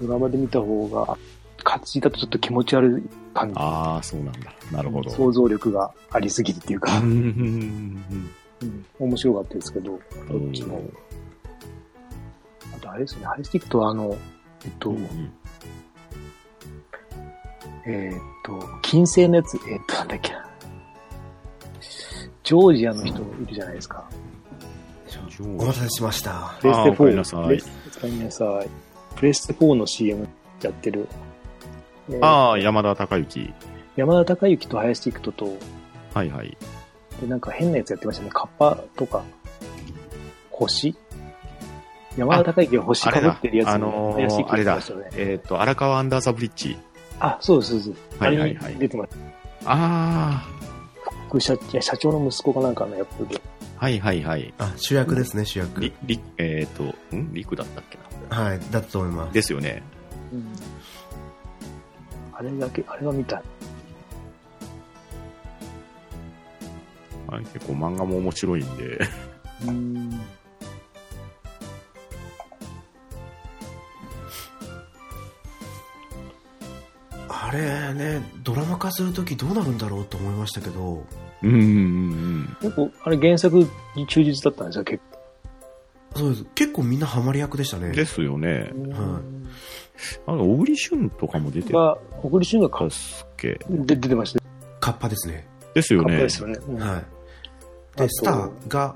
Speaker 2: ドラマで見た方が、勝ちだとちょっと気持ち悪い感じ。
Speaker 3: ああ、そうなんだ。なるほど。
Speaker 2: 想像力がありすぎるっていうか、
Speaker 3: うんうん
Speaker 2: うん面白かったですけど、
Speaker 3: うんう
Speaker 2: どっ
Speaker 3: ん
Speaker 2: ちも。あとあれですね、ハイスティックとはあの、えっと、
Speaker 3: うんうん
Speaker 2: えーっと、金星のやつ、えーっと、なんだっけな。ジョージアの人いるじゃないですか。
Speaker 1: お待たせしました。
Speaker 2: プレステ
Speaker 3: あーおかえりな
Speaker 2: 4。
Speaker 3: さい
Speaker 2: プレスおかえりなさいプレステ4の CM やってる。えー
Speaker 3: ああ、山田孝之。
Speaker 2: 山田孝之と林幾人と、
Speaker 3: はいはい。
Speaker 2: で、なんか変なやつやってましたね。カッパとか、星山田孝之が星
Speaker 3: あ
Speaker 2: かぶってるやつ
Speaker 3: あれだあのー
Speaker 2: 林幾人やってましたよね。
Speaker 3: えっ、と、荒川アンダーザブリッジ。
Speaker 2: あ、そうです、そうです。
Speaker 3: はいはいはい
Speaker 2: あれに出てました。
Speaker 3: あ
Speaker 2: 副社いや社長の息子かなんかの役で。
Speaker 3: あ、はいはいはい。
Speaker 1: あ、主役ですね、主
Speaker 3: り
Speaker 1: 役。、
Speaker 3: り、えっ、と、ん陸だったっけな。
Speaker 1: はい、だったと思います。
Speaker 3: ですよね。
Speaker 2: うんあれだけ、あれが見たい。
Speaker 3: あれ結構漫画も面白いんで。
Speaker 2: うん。
Speaker 1: あれね、ドラマ化するときどうなるんだろうと思いましたけど、
Speaker 3: うんうんうん
Speaker 2: 結構、あれ原作に忠実だったんですよ、結
Speaker 1: そうです。結構みんなハマり役でした
Speaker 3: う
Speaker 1: ね。
Speaker 3: ん。 ですよね。
Speaker 2: 構。
Speaker 1: は
Speaker 3: あの、小栗旬とかも出て
Speaker 2: が、小栗旬が
Speaker 3: た
Speaker 2: か
Speaker 3: っすけ。
Speaker 2: で出てましたね。
Speaker 1: カッパですね。
Speaker 3: ですよ
Speaker 2: かっこいい
Speaker 3: ね
Speaker 2: で。すよね。うん
Speaker 1: はい。
Speaker 2: あ
Speaker 1: で、
Speaker 2: と
Speaker 1: スターが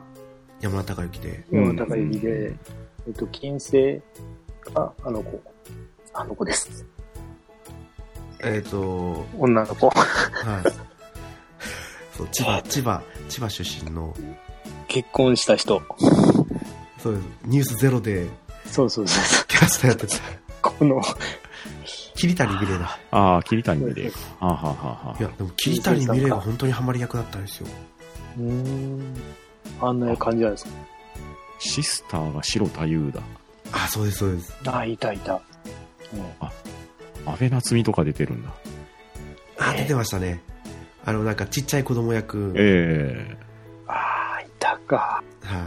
Speaker 1: 山田孝之で、
Speaker 2: 山田孝之で、えっと、金星、あ、あの子。あの子です。
Speaker 1: えっ、と、
Speaker 2: 女の子。
Speaker 1: はい。そう千葉、千葉、千葉出身の、
Speaker 2: 結婚した人。
Speaker 1: そうです。ニュースゼロで
Speaker 2: そうそうそう。
Speaker 1: キャラスターや ってた。
Speaker 2: この、
Speaker 1: 桐谷美玲だ。
Speaker 3: ああ、桐谷美玲。はあ、はあはあ
Speaker 1: い
Speaker 3: は
Speaker 1: や、でも桐谷美玲が本当にハマり役だったんですよ。
Speaker 2: うん。あんな感じなんですか。
Speaker 3: あ、シスターが白太夫だ。
Speaker 1: あ、そうです、そうです。
Speaker 2: あ、いたいた。うん
Speaker 3: 安倍夏実とか出てるんだ。
Speaker 1: あ、
Speaker 2: ええ
Speaker 1: 出てましたね。あの、なんかちっちゃい子供役。
Speaker 3: ええ
Speaker 2: ああ、いたか。
Speaker 1: は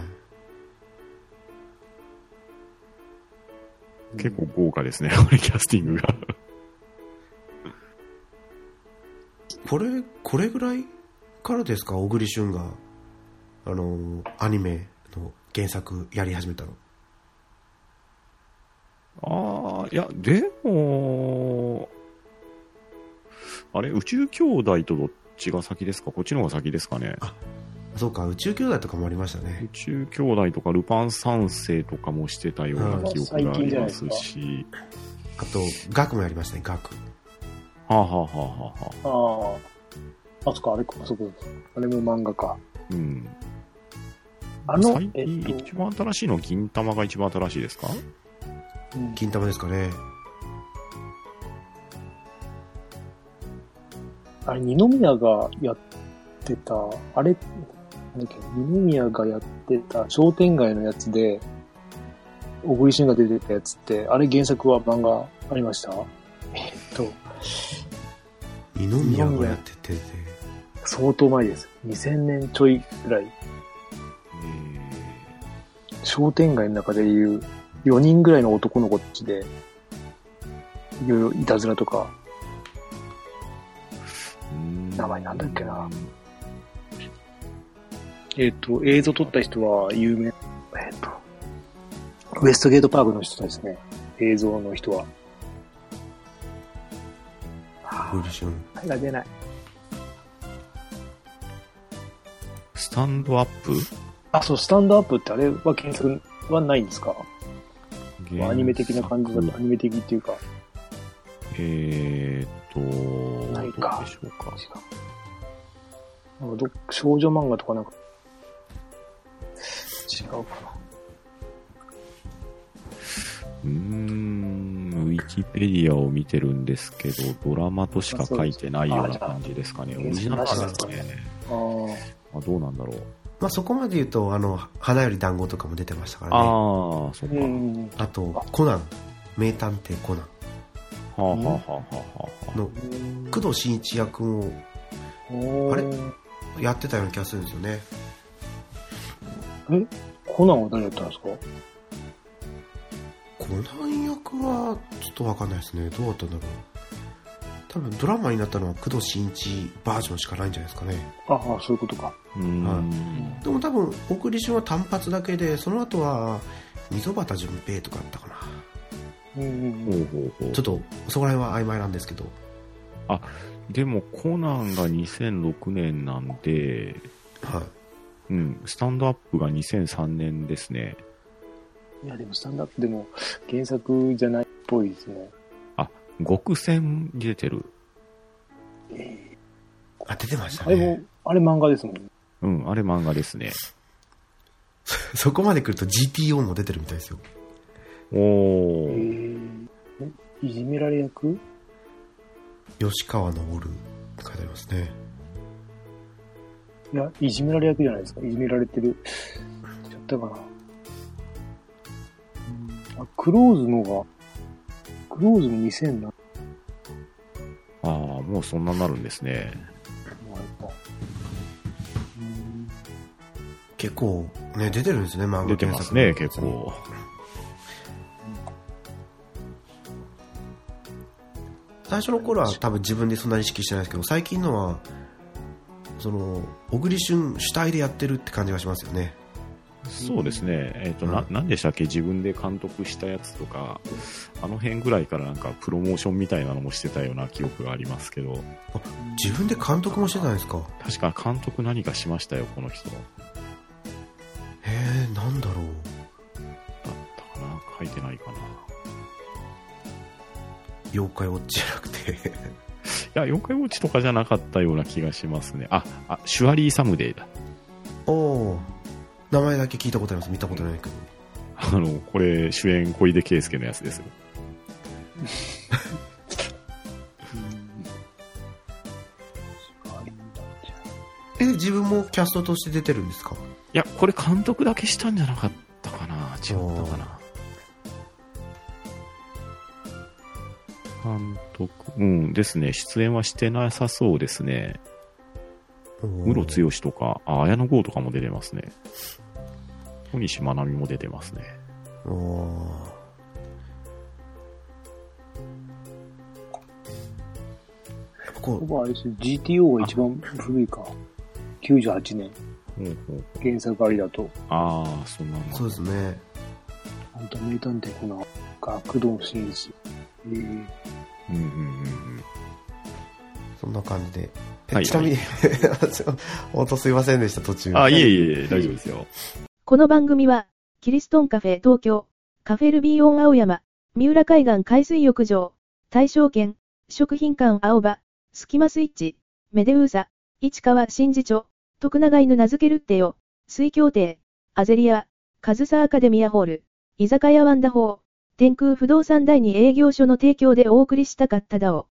Speaker 1: い。
Speaker 3: 結構豪華ですね、これキャスティングが。
Speaker 1: これ、これぐらいからですか、小栗旬が、あの、アニメの原作やり始めたの。
Speaker 3: ああ、いや、でも、あれ、宇宙兄弟とどっちが先ですかこっちの方が先ですかね。
Speaker 1: そうか、宇宙兄弟とかもありましたね
Speaker 3: 宇。宙兄弟とかルパン三世とかもしてたような記憶がありますし。
Speaker 1: あと、ガクもやりましたね、ガク。
Speaker 3: はあ、はあはあはあはあ、
Speaker 2: ああ。あそこ、あれか、そこ。あれも漫画か。
Speaker 3: うん。
Speaker 2: あの
Speaker 3: 最、
Speaker 2: え
Speaker 3: 近、
Speaker 2: っ
Speaker 3: 一番新しいの銀玉が一番新しいですか
Speaker 2: と、うん
Speaker 1: 金玉ですかね。
Speaker 2: あれ、二宮がやってた、あれ、なんだっけ、二宮がやってた商店街のやつで、小栗旬が出てたやつって、あれ原作は漫画ありましたえっと、
Speaker 1: 二宮がやってて、
Speaker 2: 相当前です。2000年ちょいぐらい。商店街の中でいう4人ぐらいの男の子たちで、いろいろいたずらとか、名前なんだっけな。えっ、と、映像撮った人は有名、えっ、と、ウエストゲートパークの人ですね。映像の人は。
Speaker 1: オーディション。
Speaker 2: あれが出ない。
Speaker 3: スタンドアップ
Speaker 2: あ、そう、スタンドアップってあれは検索はないんですか、まあアニメ的な感じだと、アニメ的っていうか、
Speaker 3: えーっと、
Speaker 2: ないか
Speaker 3: どうでしょうか。
Speaker 2: なんかど少女漫画とかなんか、違うかな。
Speaker 3: うーん、ウィキペディアを見てるんですけど、ドラマとしか書いてないような感じですかね。
Speaker 2: あ
Speaker 3: オ
Speaker 2: そうで
Speaker 3: リ
Speaker 2: す
Speaker 3: ジナルなんですかね。
Speaker 2: あー
Speaker 3: あどうなんだろう。
Speaker 1: まあそこまで言うと、あの、花より団子とかも出てましたからね。
Speaker 3: ああ、そっか。
Speaker 2: う
Speaker 3: は
Speaker 2: ん。
Speaker 1: あと、コナン。名探偵コナ
Speaker 3: あはあはあはあはあ
Speaker 1: ン。の工藤新一役も
Speaker 2: お
Speaker 1: あ
Speaker 2: ー
Speaker 1: れやってたような気がするんですよね。
Speaker 2: コナンは誰やったんですか
Speaker 1: コナン役はちょっとわかんないですね。どうだったんだろう。多分ドラマになったのは工藤新一バージョンしかないんじゃないですかね。
Speaker 2: ああ、そういうことか。
Speaker 3: うーん
Speaker 1: はでも多分、オークリションは単発だけで、その後は、溝端淳平とかあったかな。
Speaker 2: うんうんう
Speaker 3: ほ
Speaker 2: ん。
Speaker 3: うほうほう
Speaker 1: ちょっと、そこら辺は曖昧なんですけど。
Speaker 3: でも、コナンが2006年なんで、
Speaker 1: はい。
Speaker 3: うん、スタンドアップが2003年ですね。
Speaker 2: いや、でもスタンダップでも原作じゃないっぽいですね。
Speaker 3: 極戦に出てる。
Speaker 2: え
Speaker 1: あ、出てまし
Speaker 2: ー
Speaker 1: た
Speaker 2: あれも
Speaker 1: ね。、
Speaker 2: あれ漫画ですもんね。
Speaker 3: うん、あれ漫画ですね。
Speaker 1: そこまで来ると GTO も出てるみたいですよ。
Speaker 3: お
Speaker 2: え
Speaker 3: ー。
Speaker 2: ーえいじめられ役
Speaker 1: 吉川昇って書いてありますね。
Speaker 2: いや、いじめられ役じゃないですか。いじめられてる。ちょっとかな。うんあ、クローズのが、クローズの2007の
Speaker 3: ああ、もうそんなになるんですね。
Speaker 2: あれか。うん
Speaker 1: 結構、ね、出てるんですね、漫画
Speaker 3: 出てますね、
Speaker 1: 検
Speaker 3: 結
Speaker 1: 索の
Speaker 3: 構。
Speaker 1: 最初の頃は多分自分でそんなに意識してないですけど、最近のは、その、小栗旬主体でやってるって感じがしますよね。
Speaker 3: そうですね。えっ、と、な、なんでしたっけ自分で監督したやつとか、あの辺ぐらいからなんかプロモーションみたいなのもしてたような記憶がありますけど、
Speaker 1: 自分で監督もしてたんですか。
Speaker 3: 確か監督何かしましたよ、この人。だっ
Speaker 1: へえ、なんだろう。
Speaker 3: たかな書いてないかな。
Speaker 1: 妖怪ウォッチじゃなくて
Speaker 3: いや、妖怪ウォッチとかじゃなかったような気がしますね。あ、あ、シュアリーサムデーだ。
Speaker 1: おお名前だけ聞いたことあります見たことないけど
Speaker 3: あの、これ、主演小出圭介のやつです。
Speaker 2: あれなんだ
Speaker 1: え自分もキャストとして出てるんですか
Speaker 3: いや、これ監督だけしたんじゃなかったかな違ったかな監督、うんですね。出演はしてなさそうですね。
Speaker 1: ム
Speaker 3: ムロツヨシとか、あ、綾野剛とかも出てますね。小西まなみも出てますね。
Speaker 1: おおやっぱこう
Speaker 2: 僕はあれですよ GTO が一番古いか。98年。
Speaker 3: ほうほう
Speaker 2: 原作ありだと。
Speaker 3: ああ、そんなの。
Speaker 1: そうですね
Speaker 2: 本当名探偵コナンか、工藤新一。えー
Speaker 3: うんうんうんうん。
Speaker 1: そんな感じで。え
Speaker 3: はい
Speaker 1: ちなみに、 音すいませんでした、途中。
Speaker 3: あ、いえいえいえ、大丈夫ですよ。
Speaker 5: この番組は、キリストンカフェ東京、カフェルビーオン青山、三浦海岸海水浴場、大正圏、食品館青葉、スキマスイッチ、メデウーザ、市川新次長、徳永犬名付けるってよ、水協定、アゼリア、カズサアカデミアホール、居酒屋ワンダホー、天空不動産第2営業所の提供でお送りしたかっただを。